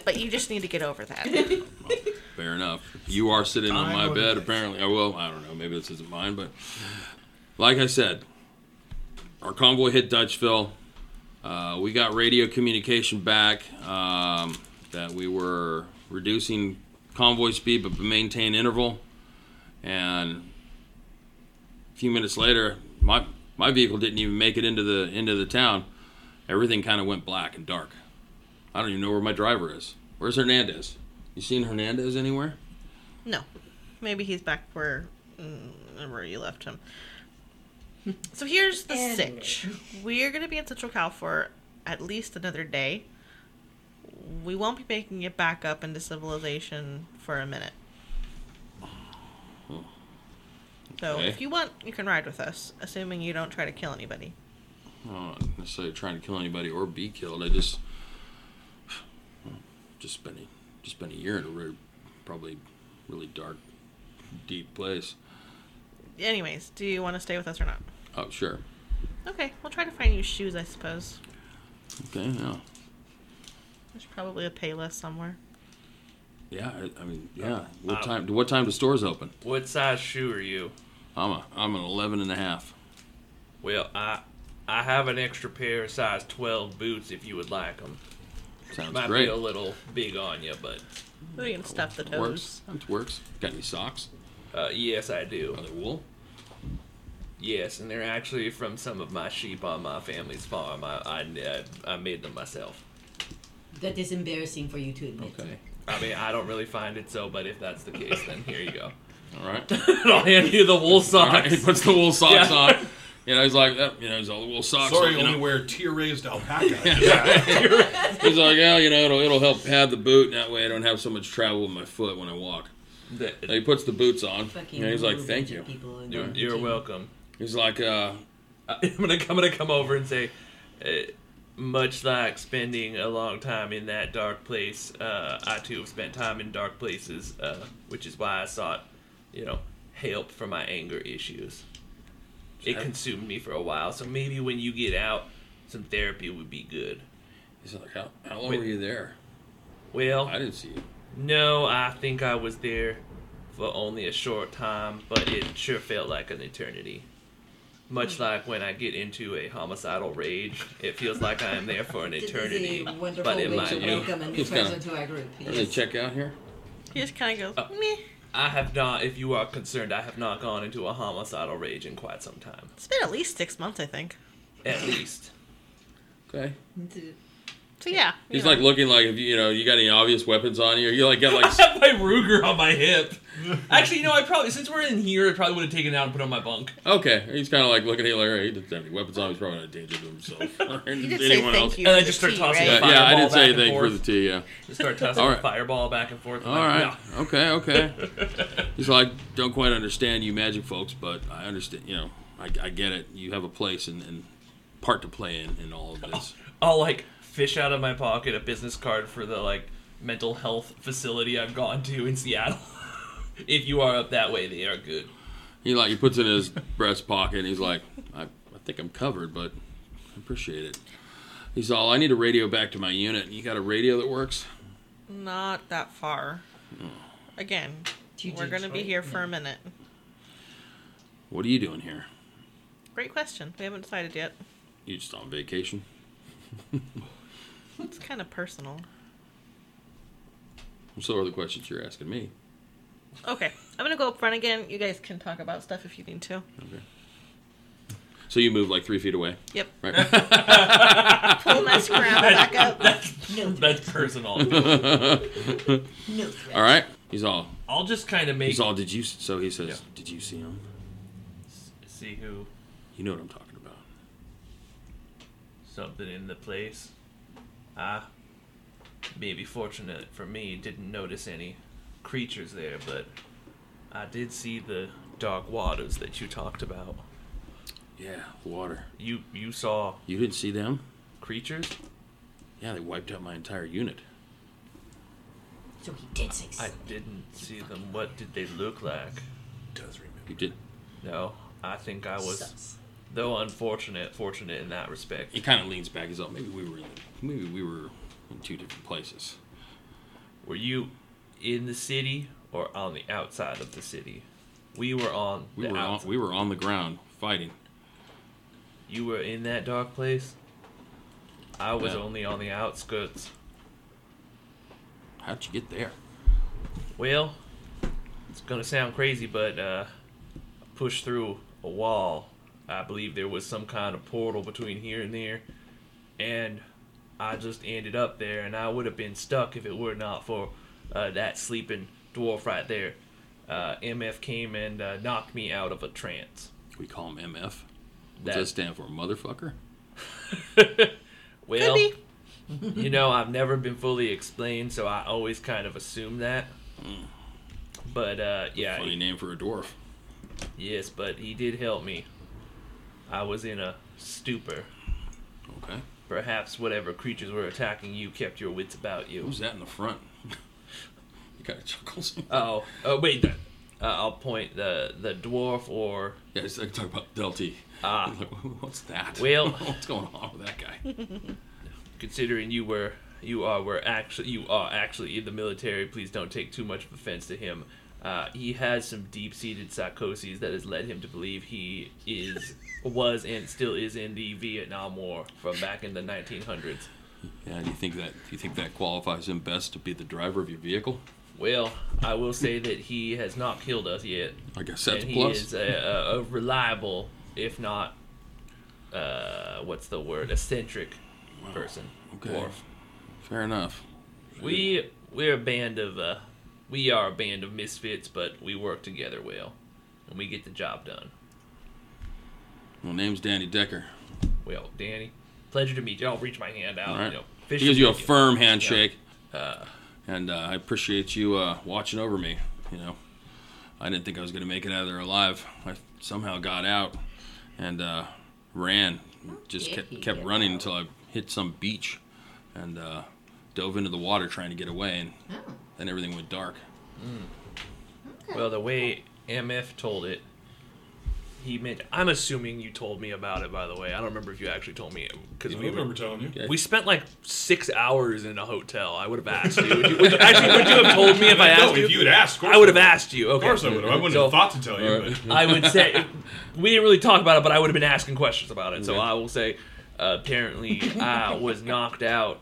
F: but you just need to get over that.
B: Fair enough. You are sitting on
C: I'm
B: my
C: on
B: bed,
C: the-
B: apparently. I will. I don't know. Maybe this isn't mine, but like I said, our convoy hit Dutchville. Uh, we got radio communication back um, that we were reducing convoy speed but maintain interval. And a few minutes later, my my vehicle didn't even make it into the into the town. Everything kind of went black and dark. I don't even know where my driver is. Where's Hernandez? You seen Hernandez anywhere?
F: No. Maybe he's back where mm, where you left him. So here's the
I: Anyway.
F: sitch. We're gonna be in Central Cal for at least another day. We won't be making it back up into civilization for a minute. So
B: Okay.
F: if you want, you can ride with us, assuming you don't try to kill anybody.
B: I'm not necessarily trying to kill anybody or be killed. I just just spent a, just spent a year in a really, probably really dark, deep place.
F: Anyways, do you want to stay with us or not?
B: Oh sure,
F: Okay, we'll try to find you shoes, I suppose.
B: okay, yeah,
F: There's probably a Payless somewhere.
B: yeah. I, I mean, yeah. What time? What time do stores open?
G: What size shoe are you?
B: I'm a I'm an 11 and a half.
G: Well, I I have an extra pair of size 12 boots if you would like them.
B: Sounds
G: Might
B: great.
G: be a little big on you, but
F: We can stuff the toes.
B: Works. It works. Got any socks?
G: uh, yes, I do.
B: Are they wool?
G: Yes, and they're actually from some of my sheep on my family's farm. I I, I, I made them myself.
D: That is embarrassing for you to admit.
B: Okay.
G: I mean, I don't really find it so, but if that's the case, then here you go.
B: All right.
G: And I'll hand you the wool
B: All right. He
G: socks.
B: puts the wool socks
G: Yeah.
B: on. You know, he's like, uh, you know, he's all the wool socks.
A: Sorry,
B: on,
A: you
B: you know.
A: only wear tear raised alpaca.
B: He's like, yeah, you know, it'll, it'll help pad the boot, and that way I don't have so much travel with my foot when I walk. And he puts the boots on,
D: Fucking
B: and he's like,
D: horrible
B: thank
D: to
B: you.
D: people and
G: You're,
D: then
G: you're
D: to-
G: welcome.
B: He's like, uh,
G: I'm gonna I'm gonna come over and say, uh, much like spending a long time in that dark place, uh, I too have spent time in dark places, uh, which is why I sought, you know, help for my anger issues. It consumed me for a while, so maybe when you get out, some therapy would be good.
B: he's like, how, how long
G: Wait.
B: were you there?
G: Well,
B: I didn't see you.
G: no, I think I was there for only a short time, but it sure felt like an eternity. Much like when I get into a homicidal rage, it feels like I am there for an
D: This is
G: eternity,
D: a wonderful
G: but it
D: way to
G: might be.
D: welcome a new
B: Just
D: person
B: kinda-
D: to our group.
B: Are they
D: Yes.
B: check out here?
F: He just kind of goes,
G: Oh.
F: meh.
G: I have not, if you are concerned, I have not gone into a homicidal rage in quite some time,
F: It's been at least six months, I think.
G: at least.
B: Okay.
F: So yeah. you
B: He's
F: know.
B: like looking like, if you, you know, you got any obvious weapons on you? You like got like,
G: I have my Ruger on my hip. Actually, you know, I probably since we're in here, I probably would have taken it out and put it on my bunk.
B: okay. He's kind of like looking at you like, all right, he doesn't have any weapons on. He's probably not a danger to himself or
F: You did say
B: anyone
F: thank
B: else.
F: you.
G: And
F: for
G: I
F: the
G: just start
F: tea,
G: tossing
F: right?
G: the
B: Yeah, I
G: Fireball
B: didn't say
G: back and
B: anything for the
G: forth.
B: tea. Yeah.
G: Just start tossing
B: All right.
G: fireball back and forth.
B: All right. Okay. Okay. He's like, don't quite understand you magic folks, but I understand. You know, I, I get it. You have a place and, and part to play in, in all of this.
G: I'll like fish out of my pocket a business card for the like mental health facility I've gone to in Seattle. if you are up that way, they are good.
B: He like he puts it in his breast pocket. and He's like, I, I think I'm covered, but I appreciate it. He's all, I need a radio back to my unit. You got a radio that works?
F: Not that far. Again,
D: Two
F: we're
D: dudes,
F: gonna be
D: right?
F: here for a minute.
B: What are you doing here?
F: Great question. We haven't decided yet.
B: You just on vacation?
F: It's kind of personal.
B: So are the questions you're asking me.
F: Okay, I'm gonna go up front again. You guys can talk about stuff if you need to.
B: So you move like three feet away,
F: Yep.
B: right?
F: Pull my scramble back up.
D: No,
G: That's personal.
D: no.
B: all right. He's all,
G: I'll just kind of make
B: He's all, did you? So he says,
G: Yeah.
B: did you see him?
G: see who
B: You know what I'm talking about.
G: something in the place. Ah, maybe fortunate for me, didn't notice any creatures there, but I did see the dark waters that you talked about.
B: Yeah, water.
G: You you saw
B: You didn't see them?
G: creatures?
B: Yeah, they wiped out my entire unit.
D: So he did say
G: I
D: something.
G: didn't see them. What did they look like?
C: does remember.
B: You did.
G: No, I think I was,
D: Sus.
G: though unfortunate, fortunate in that respect.
B: He kind of leans back. He's all, maybe we were, in, maybe we were in two different places.
G: Were you in the city or on the outside of the city? We were on
B: We
G: the
B: were on,
G: outside.
B: we were on the ground fighting.
G: You were in that dark place. I was
B: Yeah.
G: only on the outskirts.
B: How'd you get there?
G: Well, it's gonna sound crazy, but uh, I pushed through a wall. I believe there was some kind of portal between here and there, and I just ended up there, and I would have been stuck if it were not for uh, that sleeping dwarf right there. Uh, MF came and uh, knocked me out of a trance.
B: We call him MF. What
G: That-
B: does that stand for? Motherfucker?
G: Well, you know, I've never been fully explained, so I always kind of assume that. But uh, yeah,
B: Funny name for a dwarf.
G: yes, but he did help me. I was in a stupor.
B: Okay.
G: Perhaps whatever creatures were attacking you kept your wits about you.
B: Who's that in the front? you kind of chuckles.
G: Oh, uh, wait. th- Uh, I'll point the the dwarf or
B: Yeah, it's like talk about Delty.
G: Ah.
B: I'm like, what's that?
G: Well-
B: what's going on with that guy?
G: considering you were you are were actually you are actually in the military. Please don't take too much of offense to him. Uh, he has some deep-seated psychoses that has led him to believe he is was and still is in the Vietnam War from back in the 1900s.
B: Yeah, do you think that do you think that qualifies him best to be the driver of your vehicle?
G: Well, I will say that he has not killed us yet,
B: I guess that's
G: and
B: a
G: he
B: plus.
G: is a, a, a reliable, if not, uh, what's the word, eccentric person.
B: okay.
G: Dwarf.
B: Fair enough.
G: We we're a band of uh, we are a band of misfits, but we work together well, and we get the job done.
B: Well, name's Danny Decker.
G: Well, Danny, pleasure to meet you. I'll reach my hand out.
B: All right.
G: You know,
B: he
G: fish
B: gives you a
G: to meet
B: firm handshake, uh, and uh, I appreciate you uh, watching over me. You know, I didn't think I was going to make it out of there alive. I somehow got out and uh, ran, just
D: did
B: kept
D: he
B: kept
D: get
B: running
D: out?
B: until I hit some beach, and uh, dove into the water trying to get away, and
D: Oh,
B: then everything went dark.
G: Well, the way MF told it, he meant. I'm assuming you told me about it. By the way, I don't remember if you actually told me because
A: I
G: we were
A: remember telling you.
G: We spent like six hours in a hotel. I would have asked you. Would you would, actually, would you have told me if I asked
A: no, if you had asked, of course
G: I would have
A: would.
G: asked you. Okay.
A: Of course I would have. I wouldn't
G: So,
A: have thought to tell you, but
G: I would say we didn't really talk about it, but I would have been asking questions about it. So I will say, uh, apparently, I was knocked out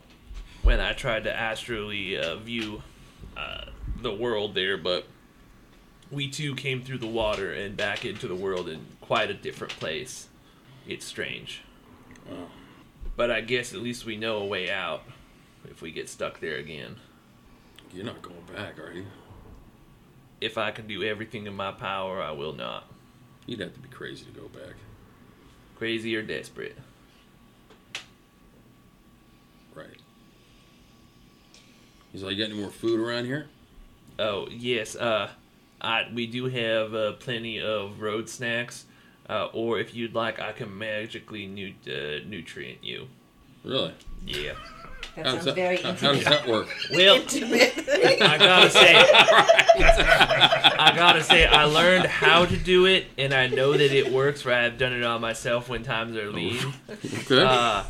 G: when I tried to astrally uh, view uh, the world there, but we too came through the water and back into the world in quite a different place. It's strange. But I guess at least we know a way out if we get stuck there again.
B: You're not going back, are you?
G: If I can do everything in my power, I will not.
B: You'd have to be crazy to go back,
G: Crazy or desperate.
B: right? He's like, you got any more food around here?
G: Oh yes, uh, I we do have uh, plenty of road snacks, uh, or if you'd like, I can magically nu- uh, nutrient you.
B: Really?
G: Yeah.
D: that
B: How
D: sounds
B: does that,
D: very
B: how-
D: interesting.
B: how does that work?
G: Well, I gotta say, I gotta say, I learned how to do it, and I know that it works. Right, I've done it all myself when times are lean.
B: Okay.
G: Uh,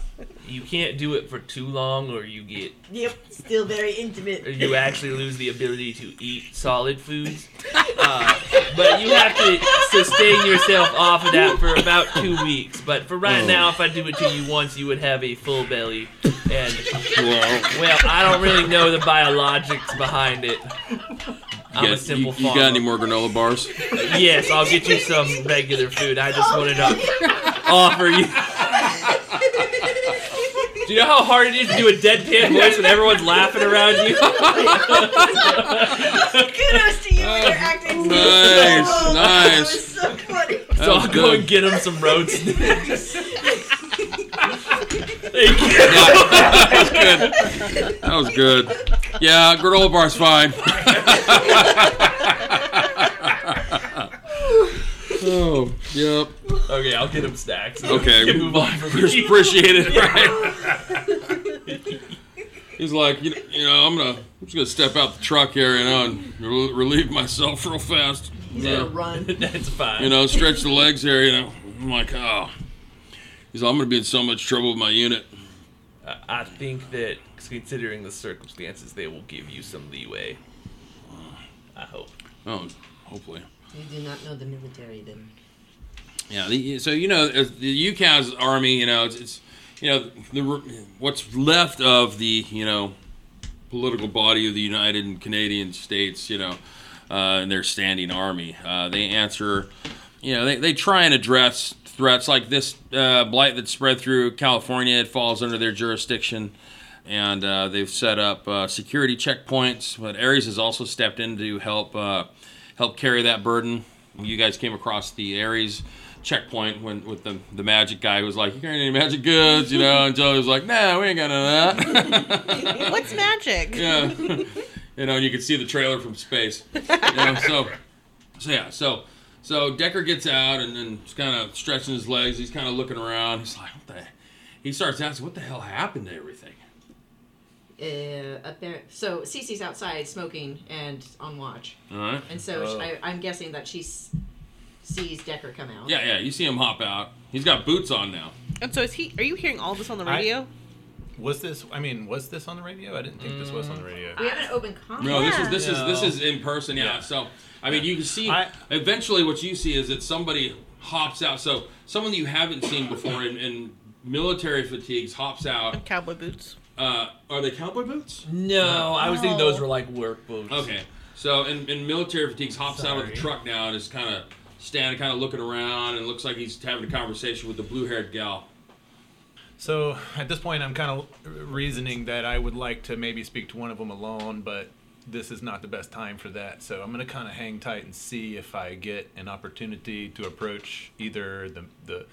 G: you can't do it for too long, or you get
D: Yep, still very
G: or
D: intimate.
G: you actually lose the ability to eat solid foods. Uh, but you have to sustain yourself off of that for about two weeks. But for
B: Oh.
G: right now, if I do it to you once, you would have a full belly. And
B: well,
G: well, I don't really know the biologics behind it. I'm
B: Yeah,
G: a simple
B: you, you
G: farmer.
B: got any more granola bars?
G: Yes, I'll get you some regular food. I just wanted to offer you. Do you know how hard it is to do a deadpan voice when everyone's laughing around you?
D: Kudos to you for your acting.
B: nice,
D: skills. That
B: nice.
D: was so funny.
G: So I'll
B: Sounds
G: go
B: good.
G: and get him some road snacks.
B: that was good. That was good. Yeah, granola bar's fine. oh, yep.
G: Okay, I'll get him snacks.
B: Okay.
G: We can move on from
B: Just
G: here.
B: appreciate it, right? He's like, you know, you know, I'm gonna, I'm just gonna step out the truck here, you know, and rel- relieve myself real fast.
D: He's
B: Yeah.
D: gonna run.
G: That's fine.
B: you know, stretch the legs here, you know. I'm like, oh. He's like, I'm going to be in so much trouble with my unit.
G: I- I think that considering the circumstances, they will give you some leeway. I hope.
B: Oh, hopefully.
D: You do not know the military then.
B: Yeah, the, so, you know, as the UCAS army, you know, it's, it's you know, the re- what's left of the, you know, political body of the United and Canadian States, you know, uh, and their standing army. Uh, they answer you know, they, they try and address threats like this uh, blight that spread through California. It falls under their jurisdiction. And uh, they've set up uh, security checkpoints. But Ares has also stepped in to help uh, help carry that burden. You guys came across the Ares checkpoint when with the, the magic guy who was like, You carrying any magic goods? You know, and Joey was like, Nah, we ain't got none of that.
F: What's magic?
B: Yeah. you know, and you can see the trailer from space. You know, so, so yeah, so so Decker gets out and then he's kind of stretching his legs. He's kind of looking around. He's like, what the? He starts asking, what the hell happened to everything?
D: Uh, up there. So Cece's outside smoking and on watch,
B: All right.
D: and so
B: Oh.
D: sh I, I'm guessing that she s- sees Decker come out.
B: Yeah, yeah. You see him hop out. He's got boots on now.
F: And so is he? Are you hearing all this on the
C: I-
F: radio?
C: Was this? I mean, was this on the radio? I didn't think this was on the radio.
E: Mm.
D: We haven't opened comment.
B: No, this is this
C: Yeah.
B: is this is in person. Yeah.
C: Yeah.
B: So I mean, you can see.
C: I-
B: eventually, what you see is that somebody hops out. So someone that you haven't seen before in, in military fatigues hops out.
F: Cowboy boots.
B: Uh, are they cowboy boots?
G: No, I was thinking
F: No.
G: those were like work boots.
B: Okay. So in, in military fatigues, hops out of the
G: Sorry.
B: truck now and is kind of standing, kind of looking around, and looks like he's having a conversation with the blue-haired gal.
C: So at this point, I'm kind of reasoning that I would like to maybe speak to one of them alone, but this is not the best time for that. So I'm going to kind of hang tight and see if I get an opportunity to approach either the the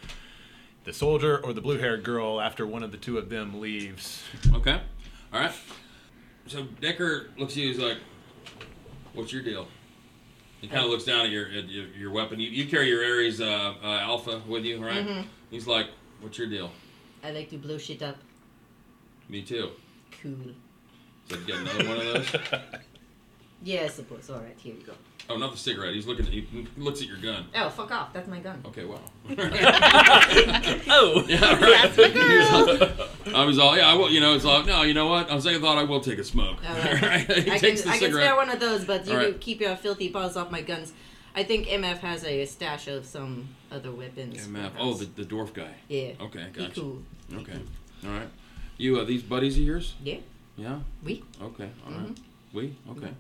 C: the soldier or the blue-haired girl after one of the two of them leaves.
B: Okay. All right. So Decker looks at you. He's like, "What's your deal?" He kind of looks down at your at your, your weapon. You, you carry your Ares uh, uh, Alpha with you, right?
D: Mm-hmm.
B: He's like, "What's your deal?"
D: I like to blow shit up.
B: Me too.
D: Cool.
B: So you get another one of those.
D: Yeah, I suppose. All right, here we go.
B: Oh, not the cigarette. He's looking. At, he looks at your gun.
D: Oh, fuck off. That's my gun.
B: Okay. Wow.
E: Oh,
B: Yeah, right. Um, He's all- I was all, yeah, I will, you know, it's like, no, you know what? On second thought, I will take a smoke.
D: All right.
B: Right? He
D: Oh. I, can,
B: takes the
D: I can
B: cigarette.
D: spare one of those, but you
B: All right.
D: keep your filthy paws off my guns. I think MF has a stash of some other weapons.
B: MF.
D: perhaps.
B: Oh, the, the dwarf guy.
D: yeah.
B: Okay,
D: He
B: gotcha.
D: cool.
B: Okay. All right. You, uh, these buddies of yours?
D: Yeah.
B: Yeah?
D: We.
B: Okay. All right. We? Okay.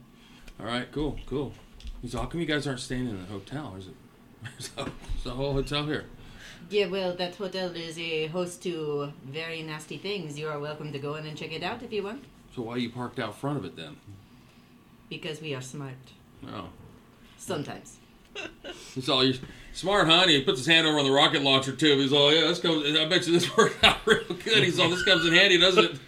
B: All right, cool, cool. He's all, how come you guys aren't staying in the hotel? Is it? There's a, there's a whole hotel here.
D: Yeah. Well, that hotel is a host to very nasty things. You are welcome to go in and check it out if you want,
B: So why are you parked out front of it then?
D: because we are smart.
B: Oh.
D: Sometimes.
B: He's all, you're smart, honey. He puts his hand over on the rocket launcher, too. He's all, yeah, this comes, I bet you this worked out real good. He's all, this comes in handy, doesn't it?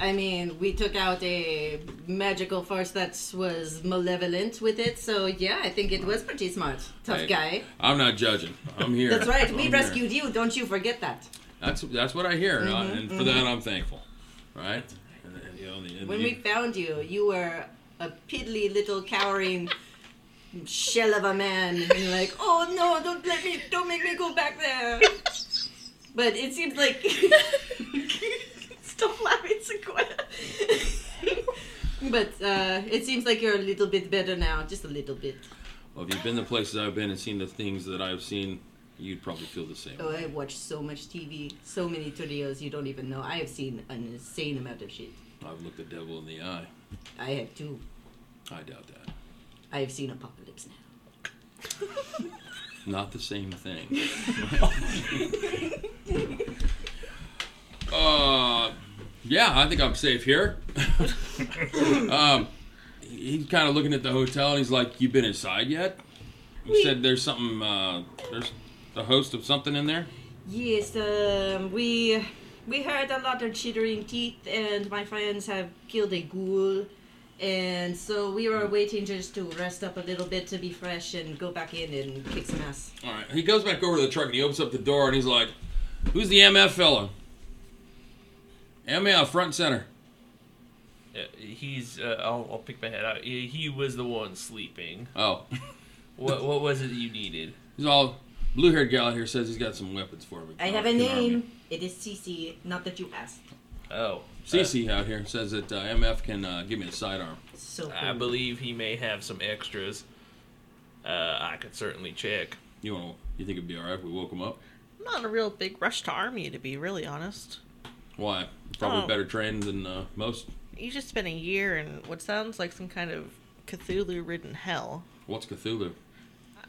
D: I mean, we took out a magical force that was malevolent with it, so yeah, I think it was pretty smart. Tough
B: Hey.
D: guy.
B: I'm not judging. I'm here.
D: That's right.
B: I'm
D: We
B: here.
D: rescued you. Don't you forget that.
B: That's that's what I hear, and
D: Mm-hmm.
B: I- and for that I'm thankful. Right? And, and, you know, and- and
D: When
B: you-
D: we found you, you were a piddly little cowering shell of a man, and like, oh no, don't let me, don't make me go back there. But it seems like
F: Stop laughing, Sequoia.
D: But uh, it seems like you're a little bit better now, just a little bit.
B: well, if you've been the places I've been and seen the things that I've seen, you'd probably feel the same.
D: Oh, I watch so much TV, so many tutorials you don't even know. I have seen an insane amount of shit.
B: I've looked the devil in the eye.
D: I have too.
B: I doubt that.
D: I have seen apocalypse now.
B: Not the same thing. uh, yeah, I think I'm safe here. um, he- he's kind of looking at the hotel and he's like, "You been inside yet?" You said there's something. Uh, there's the host of something in there.
D: Yes, um, we we heard a lot of chittering teeth, and my friends have killed a ghoul, and so we were waiting just to rest up a little bit to be fresh and go back in and kick some ass.
B: All right. He goes back over to the truck and he opens up the door and he's like, "Who's the MF fella?" MF front and center.
G: Uh, he's. Uh, I'll, I'll pick my head out. He, he was the one sleeping.
B: Oh,
G: What What was it that you needed?
B: he's all blue-haired gal out here says he's got some weapons for me.
D: I have a name. It is Cece. Not that you asked.
G: Oh,
B: Cece out here says that uh, MF can uh, give me a sidearm.
D: So
G: uh, I
D: cool.
G: believe he may have some extras. Uh, I could certainly check.
B: You want? You think it'd be all right if we woke him up?
F: I'm not a real big rush to army, to be really honest.
B: Why? Probably
F: Oh.
B: better trained than uh, most.
F: You just spent a year in what sounds like some kind of Cthulhu ridden hell.
B: What's Cthulhu?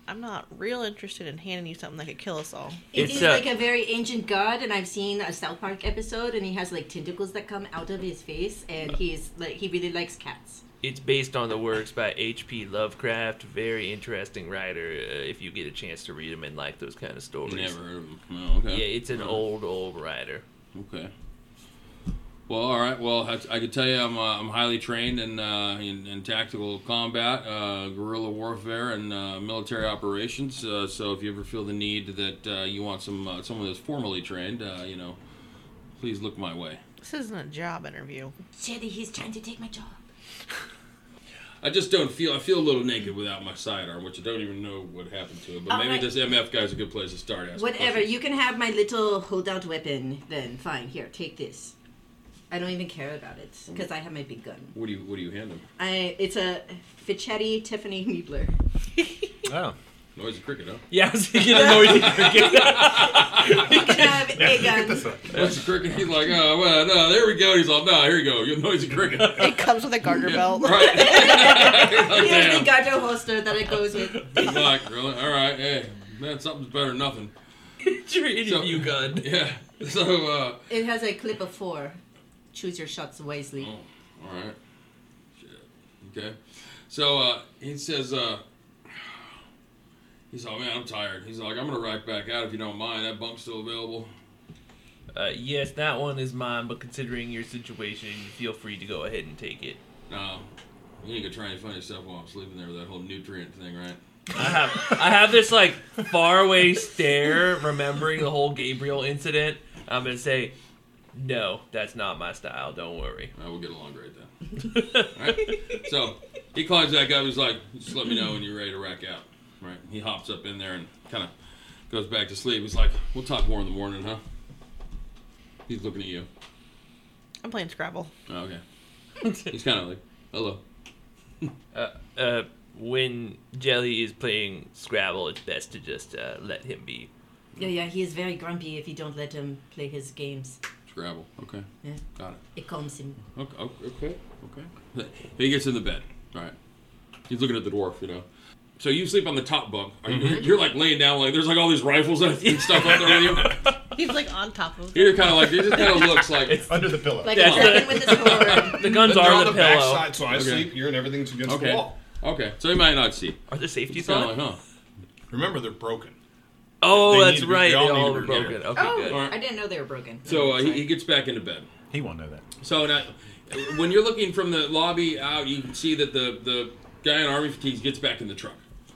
F: I'm not real interested in handing you something that could kill us all.
D: It
E: It's
D: is
E: a-
D: like a very ancient god, and I've seen a South Park episode, and he has like tentacles that come out of his face, and he's like he really likes cats.
G: It's based on the works by H.P. Lovecraft, very interesting writer. Uh, if you get a chance to read him and like those kind of stories,
B: Never heard of him. No, okay.
G: Yeah, it's an old, old writer.
B: Okay. Well, all right. Well, I, I can tell you, I'm, uh, I'm highly trained in, uh, in in tactical combat, uh, guerrilla warfare, and uh, military operations. Uh, so, if you ever feel the need that uh, you want some uh, someone that's formally trained, uh, you know, please look my way.
F: This isn't a job interview.
D: Shitty, he's trying to take my job.
B: I just don't feel. I feel a little naked without my sidearm, which I don't even know what happened to it. But
D: All
B: maybe
D: right.
B: this MF guy's a good place to start. Asking
D: Whatever,
B: questions.
D: you can have my little holdout weapon. Then fine, here, take this. I don't even care about it because I have my big gun.
B: What do you What do you hand him?
D: I it's a Fichetti Tiffany Niebler.
C: Oh.
B: Noisy cricket, huh?
E: Yeah, I was thinking a noisy cricket.
D: You can have a gun.
B: Noisy cricket. He's like, oh well, no, there we go. He's like, no, here you go. You're noisy cricket.
F: It comes with a garter belt.
B: Right.
D: Here's the
B: Oh, Damn.
D: gato holster that it goes with.
B: He's like, really? All right, hey, man, something's better than nothing.
E: it's your interview gun.
B: Yeah. So, uh,
D: It has a clip of four. Choose your shots wisely.
B: oh, all right. Shit. Okay. So uh, he says, uh, he's like, man, I'm tired. He's like, I'm gonna rack back out if you don't mind. That bunk's still available.
G: Uh, yes, that one is mine, but considering your situation, feel free to go ahead and take it.
B: No, you ain't gonna try and find yourself while I'm sleeping there with that whole nutrient thing, right?
G: I have I have this like faraway stare, remembering the whole Gabriel incident. I'm gonna say, no, that's not my style. Don't worry.
B: I will get along great then. All right. So he climbs back up. He's like, just let me know when you're ready to rack out. Right. He hops up in there and kind of goes back to sleep. He's like, we'll talk more in the morning, huh? He's looking at you.
F: I'm playing Scrabble.
B: Oh, okay. He's kind of like, hello.
G: Uh, uh, when Jelly is playing Scrabble, it's best to just uh, let him be.
D: Yeah, yeah, he is very grumpy if you don't let him play his games.
B: Scrabble. Okay.
D: Yeah.
B: Got it.
D: It calms him.
B: Okay, oh, okay, okay. He gets in the bed. All right. He's looking at the dwarf, you know. So you sleep on the top bunk. Are you, You're like laying down, like there's like all these rifles and stuff up there with you.
F: He's like on top of
B: You're kind of like, he just kind of looks like
C: Under the pillow.
D: Like
E: That's
D: a dragon with a sword.
E: The guns
A: They're
E: are
A: on
E: the
A: the
E: pillow.
A: backside, so I
B: Okay.
A: sleep here and everything's against
B: Okay.
A: the wall.
B: Okay, so he might not see.
G: Are the safeties
B: He's kind of
G: on?
B: like, huh?
A: Remember, they're broken.
G: Oh,
A: They need
G: that's
A: to be-
G: right.
A: they
G: They
A: all
G: all,
A: need to
G: were
A: be
G: broken.
A: together.
G: Okay, good.
D: Oh, I didn't know they were broken.
B: So uh, he,
D: Sorry.
B: he gets back into bed.
C: He won't know that.
B: So now, when you're looking from the lobby out, you can see that the the guy in army fatigues gets back in the truck,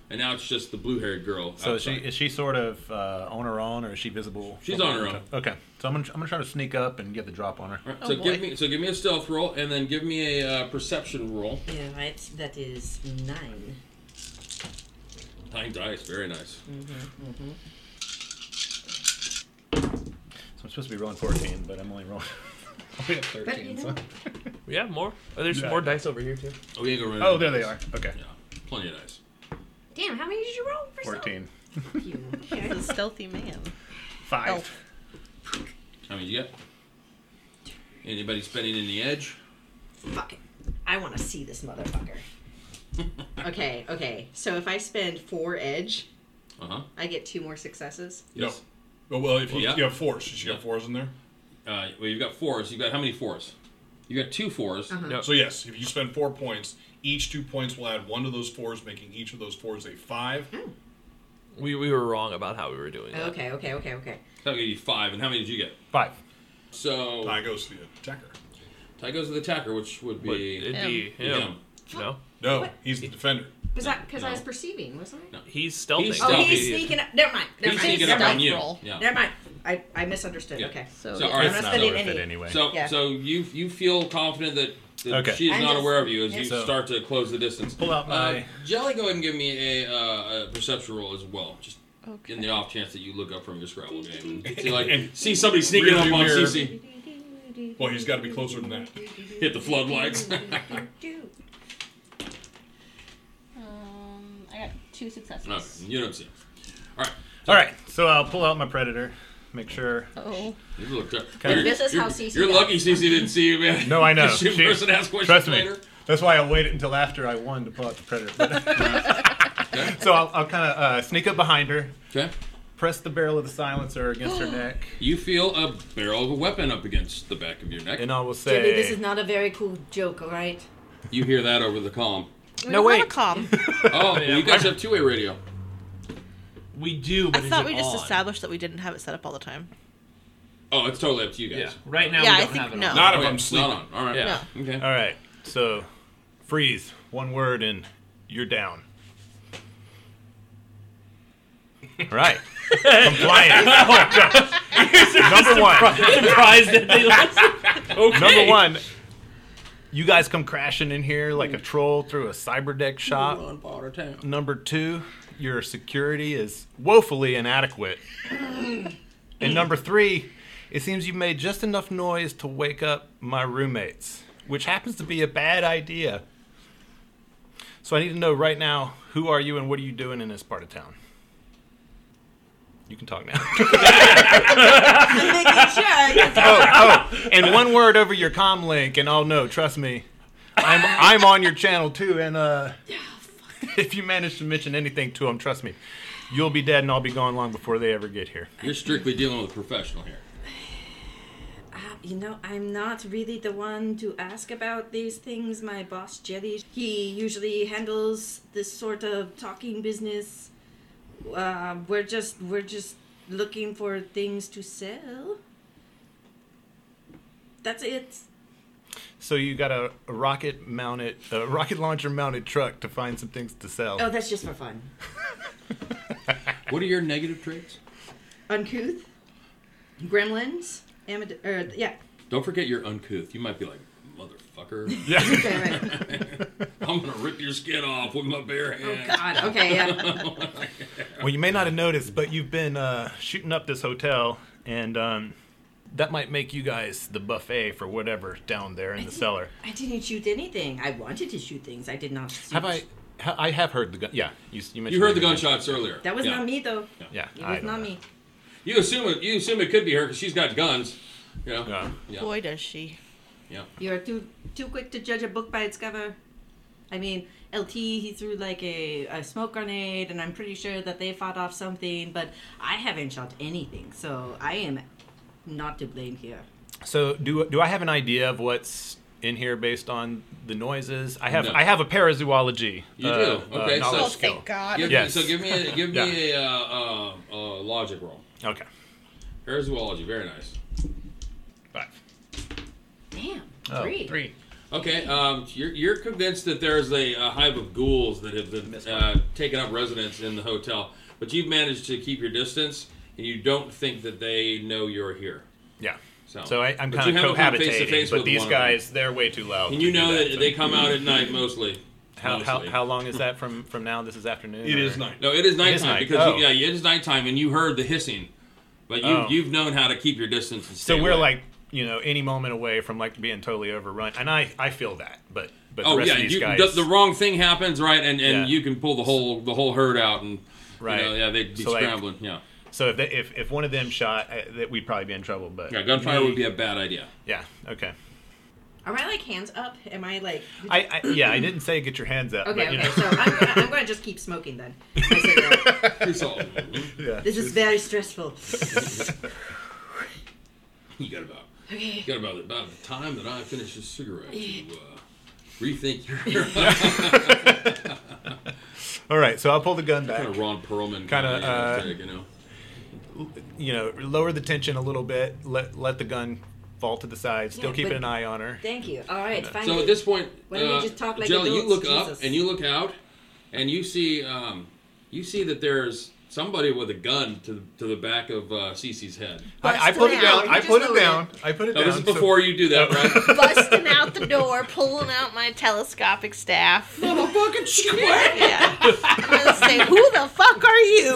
B: and now it's just the blue-haired girl.
C: So is she
B: outside.
C: is she sort of uh, on her own, or is she visible?
B: She's on her own.
C: Okay, so I'm gonna, I'm gonna try to sneak up and get the drop on her.
B: All right,
F: Oh,
B: so give
F: boy.
B: me so give me a stealth roll, and then give me a uh, perception roll.
D: Yeah, right. That is nine.
B: Nine dice, very nice.
C: So I'm supposed to be rolling 14, but I'm only rolling. only at 13.
D: But you know,
C: so-
G: We have more. Oh, there's
C: Yeah.
G: more dice over here too.
B: Oh, we ain't gonna run.
C: Oh,
B: into
C: there they
B: dice.
C: are. Okay,
B: Yeah, plenty of dice.
D: damn, how many did you roll for
C: 14,
D: self? You.
F: He's a stealthy man.
C: five.
F: Elf.
B: How many you got? Anybody spending any edge?
D: Fuck it. I want to see this motherfucker. okay, okay. So if I spend four edge,
B: Uh huh.
D: I get two more successes.
B: Yes.
A: No. Oh, well, if you,
B: Yeah.
A: you have fours, does she
B: Yeah.
A: have fours in there?
B: Uh, well, you've got fours. You've got how many fours? You got two fours.
F: Uh-huh.
A: So yes, if you spend four points, each two points will add one to those fours, making each of those fours a five.
G: We, we were wrong about how we were doing that.
D: Okay, okay, okay, okay.
B: That'll give you five. And how many did you get?
C: Five.
B: So
A: Tie goes to the attacker.
B: Ty goes to the attacker, which would
G: But
B: be
G: it'd be him.
B: him.
G: No,
A: No,
D: What?
A: he's the defender.
D: Was that because I
B: No.
D: was perceiving, wasn't I?
B: No.
G: he's stealthing.
B: He's
D: Oh,
B: Stop
D: he's
B: it.
D: sneaking up. Never mind. Never
B: He's
D: mind.
B: sneaking
D: never
B: up on
D: mind.
B: you.
F: roll.
B: Yeah.
D: Never mind. I, I misunderstood.
B: Yeah.
D: Okay.
F: So,
B: So,
F: yeah.
B: all right.
D: I'm not
C: It's
D: spending
C: worth it
D: any.
C: anyway.
B: So
D: Yeah.
B: so you you feel confident that, that
C: Okay.
B: she is
D: I'm
B: not
D: just-
B: aware of you as you
D: yeah.
C: So-
B: start to close the distance.
C: Pull out my-
B: Uh, Jelly, go ahead and give me a, uh, a perception roll as well, just
F: Okay.
B: in the off chance that you look up from your Scrabble game and see like see somebody sneaking up
A: Rearview
B: on
A: mirror.
B: CC.
A: Well, he's got to be closer than that.
B: Hit the floodlights.
F: Um, I got two successes.
B: No, you don't see. him. All right.
C: All right, so I'll pull out my predator. Make sure.
F: Oh,
B: You look up.
C: Okay.
B: You're-
D: This is
B: you're-
D: how CC
B: You're
D: got
B: lucky CC didn't see you, man.
C: No, I know.
B: Shoot,
C: She-
B: person ask questions
C: Trust me.
B: later.
C: That's why I waited until after I won to pull out the predator. But
B: Okay.
C: So I'll, I'll kind of uh, sneak up behind her,
B: Okay.
C: press the barrel of the silencer against her neck,
B: You feel a barrel of a weapon up against the back of your neck.
C: and uh, I will say,
D: Jimmy, this is not a very cool joke, all right?
B: You hear that over the comm.
F: We
C: No,
F: don't have a
C: wait.
F: comm.
B: Oh, you guys have two-way radio.
G: We do, but
F: I
G: is
F: thought
G: it
F: we just
G: on?
F: established that we didn't have it set up all the time.
B: Oh, it's totally up to you
G: Yeah.
B: guys.
G: Right now
F: Yeah,
G: we
F: I
G: don't
F: think
G: have it
F: no.
G: on.
A: Not
B: Oh,
A: if
B: yeah,
A: I'm
B: it's
A: sleeping.
B: Not on. All right.
G: Yeah.
B: Okay.
C: all right, so freeze, one word, and you're down. All right, compliant. Number one.
E: Surprised that they listen. Okay.
C: Number one, you guys come crashing in here like a troll through a cyberdeck shop.
B: On Potter Town.
C: Number two, your security is woefully inadequate. and number three, it seems you've made just enough noise to wake up my roommates, which happens to be a bad idea. So I need to know right now who are you and what are you doing in this part of town? You can talk now.
D: I'm making sure. I-
C: oh, oh, and one word over your com link, and I'll know. Trust me, I'm I'm on your channel too. And uh, if you manage to mention anything to them, trust me, you'll be dead, and I'll be gone long before they ever get here.
B: You're strictly dealing with a professional here.
D: Uh, You know, I'm not really the one to ask about these things. My boss, Jerry, he usually handles this sort of talking business. Uh, we're just we're just looking for things to sell. That's it.
C: So you got a, a rocket mounted, a rocket launcher mounted truck to find some things to sell.
D: Oh, that's just for fun.
B: What are your negative traits?
D: Uncouth, gremlins, amid- er, yeah.
B: Don't forget you're uncouth. You might be like, motherfucker.
C: Yeah.
D: Okay, right.
B: I'm gonna rip your skin off with my bare
D: Oh
B: hands.
D: God. Okay, yeah.
C: Well, you may not have noticed, but you've been uh, shooting up this hotel, and um, that might make you guys the buffet for whatever down there in the cellar.
D: I didn't shoot anything. I wanted to shoot things. I did not. Shoot.
C: Have I? ha- I have heard the gun. Yeah, you, you mentioned.
B: You heard the
C: that.
B: gunshots earlier.
D: That was
B: Yeah.
D: not me though.
C: Yeah,
D: It
C: I
D: was
C: don't
D: not
C: know.
D: me.
B: You assume it. You assume it could be her because she's got guns. You know?
C: Yeah.
B: Yeah.
F: Boy, does she.
B: Yeah.
D: You're too too quick to judge a book by its cover. I mean, LT he threw like a, a smoke grenade, and I'm pretty sure that they fought off something. But I haven't shot anything, so I am not to blame here.
C: So do do I have an idea of what's in here based on the noises? I have
B: No.
C: I have a parazoology.
B: You do?
C: uh,
B: Okay, so-
C: knowledge
B: Oh,
C: skill.
F: God.
B: Give
C: Yes.
B: me, so give me a, give me a, uh, uh, uh, logic roll.
C: Okay.
B: Parazoology, very nice.
C: Five.
D: Damn,
C: Oh,
D: three.
C: three.
B: Okay, um, you're, you're convinced that there's a, a hive of ghouls that have been uh, taken up residence in the hotel, but you've managed to keep your distance, and you don't think that they know you're here.
C: Yeah.
B: So,
C: So I, I'm
B: but
C: kind
B: you
C: of
B: haven't come face to
C: cohabitating,
B: face
C: but
B: with
C: these
B: one of them.
C: guys they're way too loud.
B: And you
C: to do
B: know that,
C: so-
B: they come out at night mostly.
C: How, how,
B: Mostly.
C: how long is that from from now? This is afternoon.
A: It
C: or-
A: is night.
B: No, it is nighttime
C: night.
B: because
C: Oh.
B: you, yeah, it is nighttime, and you heard the hissing, but you
C: Oh.
B: you've known how to keep your distance. And
C: So
B: stay
C: we're
B: away.
C: like you know any moment away from like being totally overrun, and I I feel that, but but the
B: oh
C: rest
B: yeah,
C: of these
B: you,
C: guys.
B: the, the wrong thing happens, right? And and
C: Yeah.
B: you can pull the whole the whole herd out, and
C: Right.
B: you know, yeah, they'd be
C: So, like-
B: scrambling. yeah,
C: so if, they, if if one of them shot, uh, that we'd probably be in trouble. But
B: yeah, gunfire would be a bad idea.
C: yeah okay.
D: Am I like hands up? Am I like?
C: I, I yeah I didn't say get your hands up.
D: Okay,
C: Uh, but, you
D: okay.
C: know.
D: So I'm gonna, I'm gonna just keep smoking then. I say that.
B: So,
C: Yeah.
D: This is very stressful.
B: you got about
D: Okay.
B: you got about about the time that I finish this cigarette to uh, rethink your
C: All right, so I'll pull the gun back.
B: kind of Ron Perlman
C: Kinda,
B: of,
C: uh,
B: you know.
C: You know, lower the tension a little bit. Let let the gun fall to the side. Still
D: Yeah,
C: keeping
D: but-
C: an eye on her.
D: Thank you. All right, finally.
B: So at this point,
D: Why don't we
B: uh,
D: just talk like
B: Jelly, you
D: adults?
B: look up
D: Jesus.
B: and you look out, and you see um, you see that there's somebody with a gun to the, to the back of uh, Cece's head.
C: I, I put it
F: it
C: down.
F: out.
C: I
D: You
C: put
D: just
C: it
D: load
C: down. I put it
B: Now,
C: down.
B: this is
C: so-
B: before you do that, right?
F: Busting out the door, pulling out my telescopic staff. Yeah. I'm gonna say, who the fuck are you?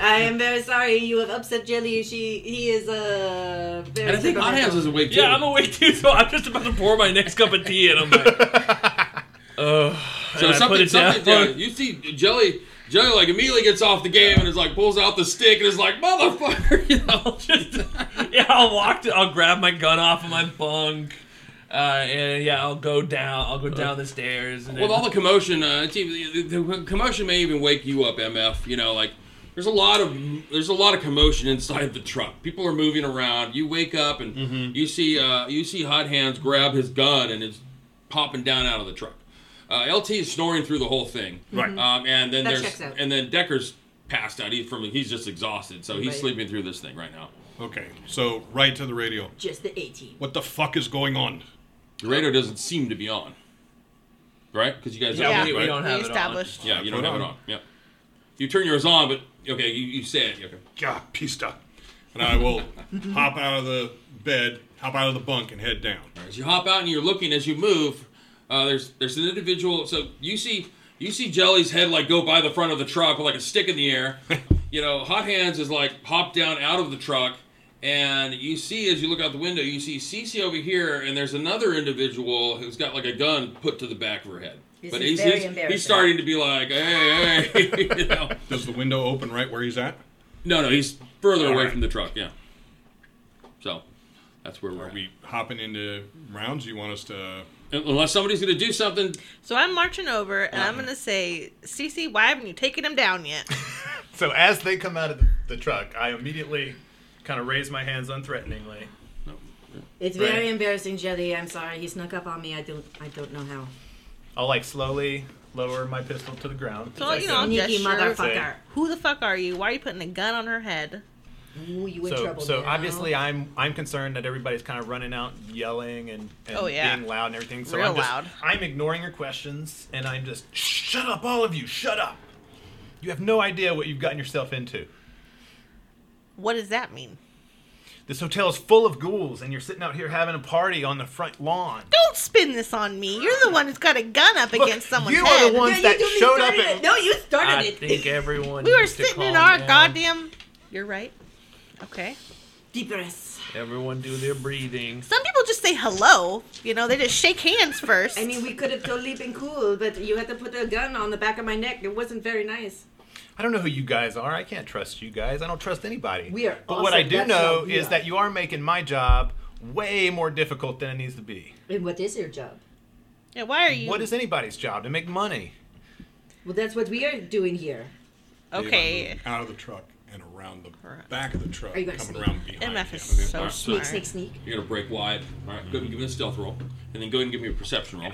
D: I am very sorry you have upset Jelly. She he is uh, very.
B: And I think Hot Hands is awake too.
E: Yeah, I'm awake too, so I'm just about to pour my next cup of tea, and I'm like, oh.
B: So
E: and I
B: something,
E: put it
B: something,
E: down.
B: yeah, you see Jelly, Jelly like immediately gets off the game and is like pulls out the stick and is like, motherfucker. You know?
E: I'll just, yeah, I'll walk. To, I'll grab my gun off of my bunk.
G: Uh, and yeah, I'll go down. I'll go down the stairs. And
B: Well,
G: then-
B: all the commotion, uh, it's even, the, the commotion may even wake you up, MF. You know, like there's a lot of there's a lot of commotion inside the truck. People are moving around. You wake up and
E: Mm-hmm.
B: you see uh, you see Hot Hands grab his gun and it's popping down out of the truck. Uh, LT is snoring through the whole thing, right? Um, and then
D: That
B: there's
D: checks out.
B: and then Decker's passed out. He from he's just exhausted, so he's
D: Right.
B: sleeping through this thing right now.
A: Okay, so right to the radio.
D: Just the 18.
A: What the fuck is going on?
B: The radio doesn't seem to be on, right? Because you guys
G: yeah,
B: have it,
G: we,
B: right?
G: we don't have
F: we
G: it on.
F: established.
B: Yeah, you don't
A: Put
B: have it
A: on.
B: on. Yeah. You turn yours on, but okay, you, you say it. Okay.
A: God, pista. And I will hop out of the bed, hop out of the bunk, and head down.
B: As you hop out and you're looking as you move, uh, there's there's an individual. So you see you see Jelly's head like go by the front of the truck with like a stick in the air. you know, Hot Hands is like hop down out of the truck, and you see as you look out the window, you see Cece over here, and there's another individual who's got like a gun put to the back of her head.
D: This
B: but
D: is
B: he's,
D: very
B: he's,
D: embarrassing.
B: he's starting to be like, hey, hey, you know.
A: Does the window open right where he's at?
B: No, no, he's further away
A: right.
B: from the truck. Yeah. So that's where we're.
A: Are
B: At.
A: we hopping into rounds? You want us to?
B: Unless somebody's going to do something,
F: So I'm marching over, and I'm gonna say, "Cece, why haven't you taken him down yet?"
C: So as they come out of the, the truck, I immediately kind of raise my hands unthreateningly.
D: It's
C: Right.
D: very embarrassing, Jelly. I'm sorry. He snuck up on me. I don't I don't know how.
C: I'll like slowly lower my pistol to the ground.
F: So you know, I'll
D: Sneaky
F: gesture.
D: motherfucker.
F: Who the fuck are you? Why are you putting a gun on her head?
D: Ooh, you in
C: so,
D: trouble
C: so
D: now.
C: obviously I'm I'm concerned that everybody's kind of running out, and yelling, and, and
F: Oh, yeah.
C: being loud and everything. So
F: Real
C: I'm just,
F: loud.
C: I'm ignoring her questions, and I'm just shut up, all of you, shut up. You have no idea what you've gotten yourself into.
F: What does that mean?
C: This hotel is full of ghouls, and you're sitting out here having a party on the front lawn.
F: Don't spin this on me. You're the one who's got a gun up against someone's
C: you
F: head.
C: are the ones
D: you
C: that
D: do- you
C: showed up.
D: started
C: At,
D: it. No, you started
G: I
D: it.
G: think everyone.
F: We were
G: needs to
F: sitting in
G: calm
F: our
G: down.
F: goddamn. You're right. Okay.
D: Deep breaths.
G: Everyone do their breathing.
F: Some people just say hello. You know, they just shake hands first.
D: I mean, we could have totally been cool, but you had to put a gun on the back of my neck. It wasn't very nice.
C: I don't know who you guys are. I can't trust you guys. I don't trust anybody.
D: We are
C: But what I
D: awesome.
C: do
D: That's
C: know
D: how we
C: is
D: are.
C: that you are making my job way more difficult than it needs to be.
D: And what is your job?
F: yeah, why are you?
C: What is anybody's job? To make money.
D: Well, that's what we are doing here.
F: okay?
A: Out of the truck and around the back of the truck,
D: Are you gonna
A: coming
D: sneak?
A: around behind.
F: MF
A: you.
F: is so
B: Alright, so-
F: smart.
D: Sneak, sneak, sneak.
B: you're going to break wide. All right, go ahead and give me a stealth roll, and then go ahead and give me a perception roll.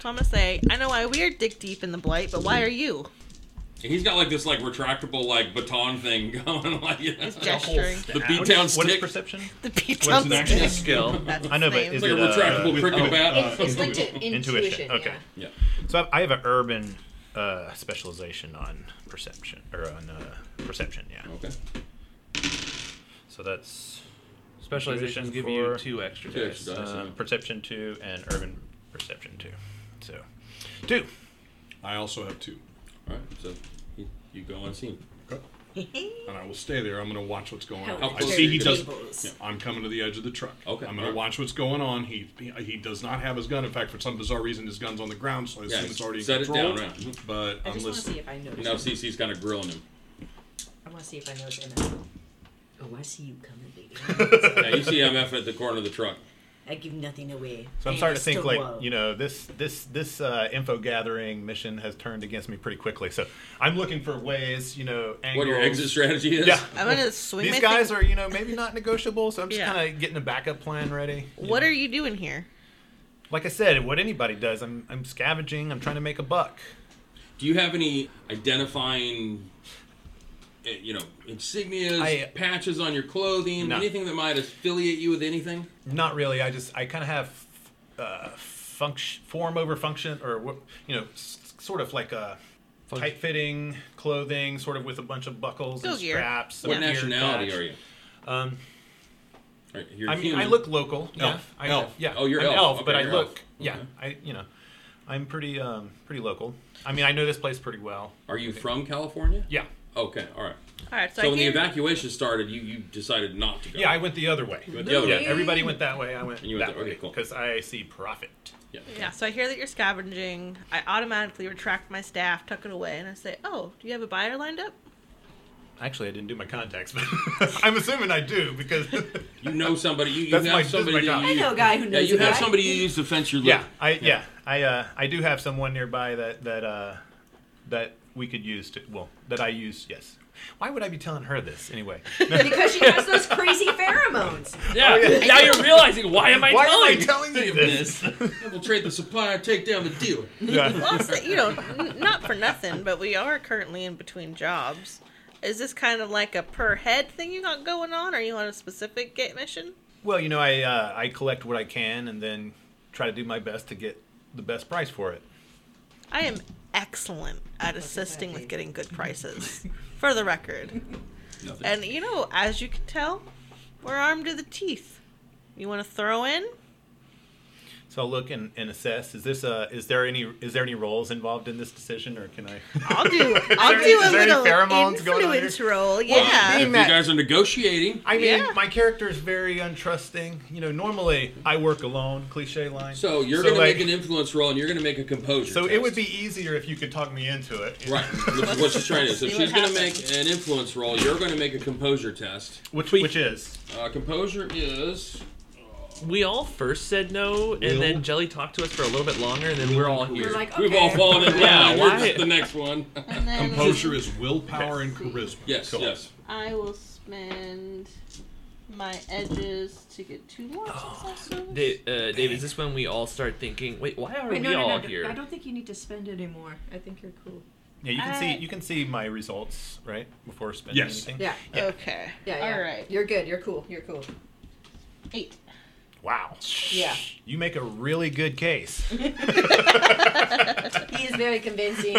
F: So I'm gonna say, I know why we're dick deep in the blight, but why are you?
B: And he's got like this like retractable like baton thing going, like you know,
F: He's gesturing.
B: the beat down
C: What is
B: stick.
C: perception?
F: The beat
C: What's
F: on
C: an
F: the
C: action
F: stick.
G: Skill.
F: That's
C: I know,
F: his
C: but
F: name.
C: is
B: like
C: it
B: a retractable
C: with-
B: prick and
C: oh,
B: bat? It's-
D: it's like
C: intuition.
D: to- intuition,
C: Okay.
B: yeah.
C: So I I have an urban uh, specialization on perception or on uh, perception. Yeah.
B: Okay.
C: So that's
G: Specializations
C: Intuition
G: give you
C: for-
G: two extra
B: Two
G: dice.
B: extra dice.
C: uh,
B: yeah.
C: perception two and urban perception two. So two.
A: I also have two,
B: All right, so you, you go unseen.
A: and I will stay there. I'm going to watch what's going on.
D: How
A: I Oh, see he
B: dare
A: does.
D: tables.
A: Yeah, I'm coming to the edge of the truck.
B: Okay,
A: I'm going to
B: alright.
A: watch what's going on. He he does not have his gun. In fact, for some bizarre reason, his gun's on the ground, so I assume
B: Yeah,
A: it's already in
B: set it
A: control.
B: down, right. Mm-hmm.
A: But
D: I
A: I'm
D: just want to see
A: listening.
D: if I notice.
B: You know, CC's kind of grilling him.
D: I want to see if I notice MF. Oh, I see you coming, baby.
B: Yeah, you see MF at the corner of the truck.
D: I give nothing away.
C: So I'm starting to think like you know this this this uh, info gathering mission has turned against me pretty quickly. So I'm looking for ways, you know,
B: What
C: angles.
B: your exit strategy is?
C: Yeah.
F: I'm gonna swing
C: These
F: my
C: guys
F: thing-
C: are, you know, maybe not negotiable, so I'm just
F: Yeah.
C: kind of getting a backup plan ready.
F: What are you doing here?
C: Like I said, what anybody does, I'm, I'm scavenging. I'm trying to make a buck.
B: Do you have any identifying, eh, you know, insignias,
C: I- uh,
B: patches on your clothing,
C: No.
B: anything that might affiliate you with anything?
C: Not really. I just I kind of have uh, function form over function, or what you know, s- sort of like a tight fitting clothing, sort of with a bunch of buckles
F: Go
C: and
F: gear.
C: straps.
B: What nationality are you?
C: Um,
B: All right, you're
C: I mean,
B: human.
C: I look local.
A: Elf.
C: Yeah, I,
A: Elf.
C: Yeah.
B: Oh, you're
C: I'm
B: elf.
C: but
B: Okay,
C: I
B: you're
C: look.
B: elf.
C: Yeah,
B: Okay.
C: I you know, I'm pretty um pretty local. I mean, I know this place pretty well.
B: Are you from California?
C: Yeah.
B: Okay, all right.
F: All right, so,
B: So,
F: I
B: when the
F: hear-
B: evacuation started, you, you decided not to go.
C: Yeah, I went the other way.
B: You went the other
C: yeah,
B: way.
C: everybody went that way. I went,
B: And you went
C: that
B: the- okay,
C: way
B: cool.
C: because I see profit.
B: Yeah.
F: Yeah, so I hear that you're scavenging. I automatically retract my staff, tuck it away, and I say, "Oh, do you have a buyer lined up?"
C: Actually, I didn't do my contacts, but I'm assuming I do because
B: You know somebody. You, you
C: That's
B: have
C: my- this is
B: somebody.
C: my
B: that
C: job.
B: you,
D: I know a guy who
B: Yeah,
D: knows.
B: you
D: a
B: have
D: guy.
B: somebody you use to fence your
C: yeah,
B: lip.
C: I yeah, I uh, I do have someone nearby that that uh, that we could use to well that I use. Yes. Why would I be telling her this anyway?
D: because she has those crazy pheromones.
E: Yeah. Now you're realizing why am I
C: Why
E: telling?
C: am I telling you this?
B: Infiltrate the supplier, take down the dealer.
C: yeah.
F: Honestly, you know, n- not for nothing, but we are currently in between jobs. Is this kind of like a per head thing you got going on? Are you on a specific get mission?
C: Well, you know, I uh, I collect what I can and then try to do my best to get the best price for it.
F: I am excellent at assisting with getting good prices, for the record.
B: Nothing.
F: And you know, as you can tell, we're armed to the teeth. You want to throw in?
C: So I'll look and, and assess. Is this uh is there any is there any roles involved in this decision or can I?
F: I'll do. I'll
C: there-
F: do
C: is
F: a
C: there any
F: little
C: pheromones going on
F: influence
C: here?
F: roll.
C: Well,
F: Yeah.
B: if
C: being
B: you
C: that-
B: guys are negotiating,
C: I mean,
F: Yeah.
C: my character is very untrusting. You know, normally I work alone. Cliche line.
B: so you're going
C: like,
B: to make an influence roll and you're going to make a composure.
C: So it
B: test.
C: would be easier if you could talk me into it.
B: Right, which is what she's trying to do. So
F: See
B: she's
F: what
B: going to make
F: happens.
B: an influence roll. You're going to make a composure test.
C: Which which is
B: Uh, composure is.
E: We all first said no, and
C: Will.
E: then Jelly talked to us for a little bit longer, and then we're all here.
D: We're like,
B: We've all
D: okay.
B: fallen in
E: Yeah,
B: line. You're
E: why-
B: just the next one.
F: And then
A: Composure is willpower and charisma.
B: yes, yes.
F: I will spend my edges to get two more
C: Oh,
F: successes.
E: Da- uh, Dave, is this when we all start thinking? Wait, why are
I: Wait, no,
E: we
I: no,
E: all
I: no,
E: here?
I: I don't think you need to spend it anymore. I think you're cool.
C: yeah. You can see
F: I-
C: you can see my results right before spending
A: Yes.
C: anything.
D: Uh, Yeah,
F: Okay.
I: Yeah, yeah.
F: All right.
D: You're good. You're cool. You're cool.
F: Eight.
C: Wow.
D: Yeah.
C: You make a really good case.
D: He is very convincing.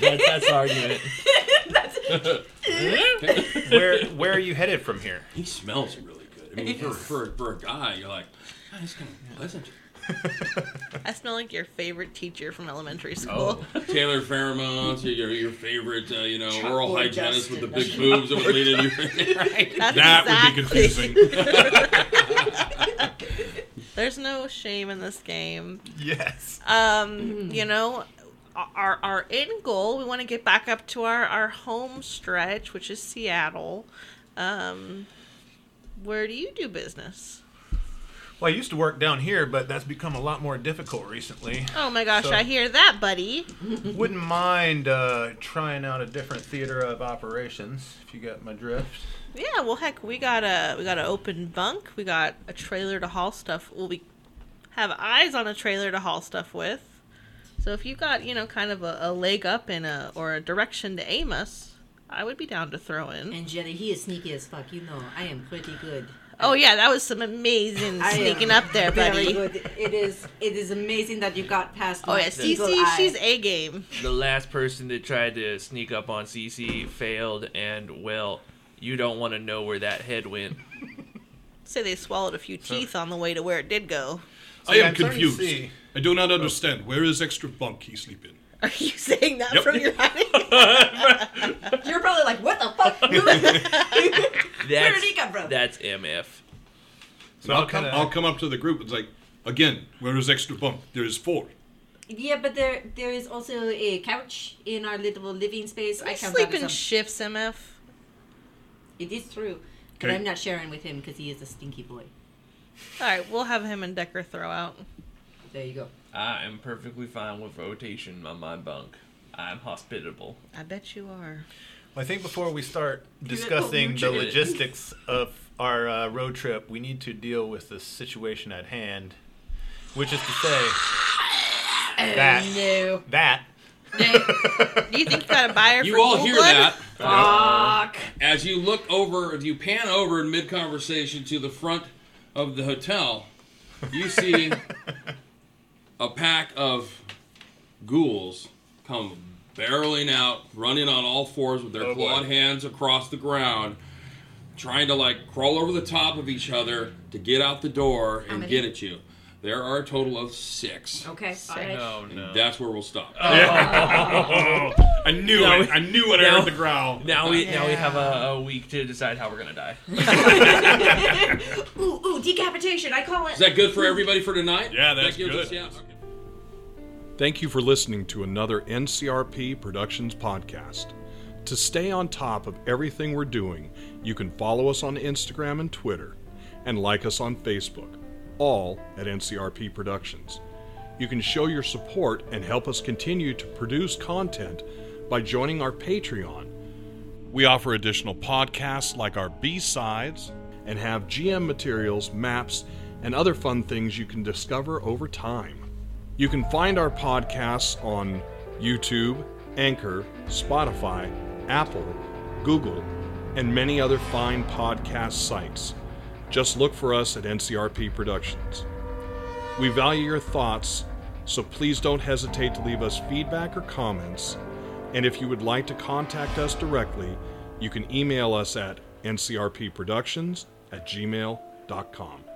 E: That's, that's the argument.
C: where where are you headed from here?
B: He smells really good. I mean, for, for, for a guy, you're like, oh, he's kind of pleasant.
F: I smell like your favorite teacher from
C: Oh.
F: elementary school.
B: Taylor pheromones, your, your favorite, uh, you know, oral
D: Chalkboard
B: hygienist
D: dust
B: with the
D: and
B: big
D: that.
B: boobs that would lead in your
F: That's
A: That
F: exactly.
A: would be confusing.
F: There's no shame in this game.
C: Yes.
F: Um, you know, our our end goal, we want to get back up to our our home stretch, which is Seattle. Um, where do you do business?
C: Well, I used to work down here, but that's become a lot more difficult recently.
F: Oh my gosh,
C: So-
F: I hear that, buddy.
D: Mm-hmm.
C: Wouldn't mind uh, trying out a different theater of operations if you got my drift.
F: Yeah, well, heck, we got a we got an open bunk. We got a trailer to haul stuff. Well, we have eyes on a trailer to haul stuff with. So if you got you know kind of a, a leg up in a or a direction to aim us, I would be down to throw in.
D: And Jenny, he is sneaky as fuck. You know, I am pretty good.
F: Oh yeah, that was some amazing
D: I am
F: sneaking up there,
D: Very
F: buddy.
D: good. It is. It is amazing that you got past.
F: Oh
D: my
F: yeah,
D: evil
F: CC,
D: eye.
F: she's a game.
G: The last person that tried to sneak up on CC failed, and well, you don't want to know where that head went.
F: Say they swallowed a few teeth on the way to where it did go.
A: I am
C: I'm starting to
A: confused.
C: see-
A: I do not understand. Where is extra bunk he sleep in?
F: Are you saying that
A: Yep.
F: from your attic?
D: You're probably like, what the fuck? Where
G: That's,
D: did he come from?
G: that's MF.
C: So
A: I'll come, I'll come up to the group and it's like, again, where is extra bunk? There is four.
D: yeah, but there there is also a couch in our little living space. I
F: I
D: count
F: sleep
D: that as
F: in
D: a-
F: shifts, MF.
D: It is true, but
A: Okay.
D: I'm not sharing with him because he is a stinky boy.
F: All right, we'll have him and Decker throw out.
D: There you go.
G: I am perfectly fine with rotation on my bunk. I'm hospitable.
F: I bet you are.
C: I think before we start
G: you
C: discussing the
G: did it.
C: logistics of our uh, road trip, we need to deal with the situation at hand, which is to say that
D: No.
C: that
F: Do you think you got a buyer for
B: You all
F: Cool
B: hear
F: Blood?
B: that.
D: Fuck.
B: As you look over, if you pan over in mid conversation to the front of the hotel, you see a pack of ghouls come barreling out, running on all fours with their
C: Oh, boy.
B: clawed hands across the ground, trying to like crawl over the top of each other to get out the door and
D: many?
B: get at you. There are a total of six.
D: Okay. All right.
G: Oh
B: And
G: no.
B: that's where we'll stop.
C: Oh,
A: Oh, I knew
E: No.
A: it. I knew when I
E: No.
A: heard the growl.
E: Now we now we have a, a week to decide how we're gonna die.
D: Ooh, ooh, decapitation. I call it.
B: Is that good for everybody for tonight?
A: Yeah,
B: That
A: that's
B: gives
A: good.
B: us- yeah, okay.
A: Thank you for listening to another NCRP Productions podcast. To stay on top of everything we're doing, you can follow us on Instagram and Twitter, and like us on Facebook, all at NCRP Productions. You can show your support and help us continue to produce content by joining our Patreon. We offer additional podcasts like our B sides and have GM materials, maps, and other fun things you can discover over time. You can find our podcasts on YouTube, Anchor, Spotify, Apple, Google, and many other fine podcast sites. Just look for us at NCRP Productions. We value your thoughts, so please don't hesitate to leave us feedback or comments. And if you would like to contact us directly, you can email us at ncrpproductions at gmail.com.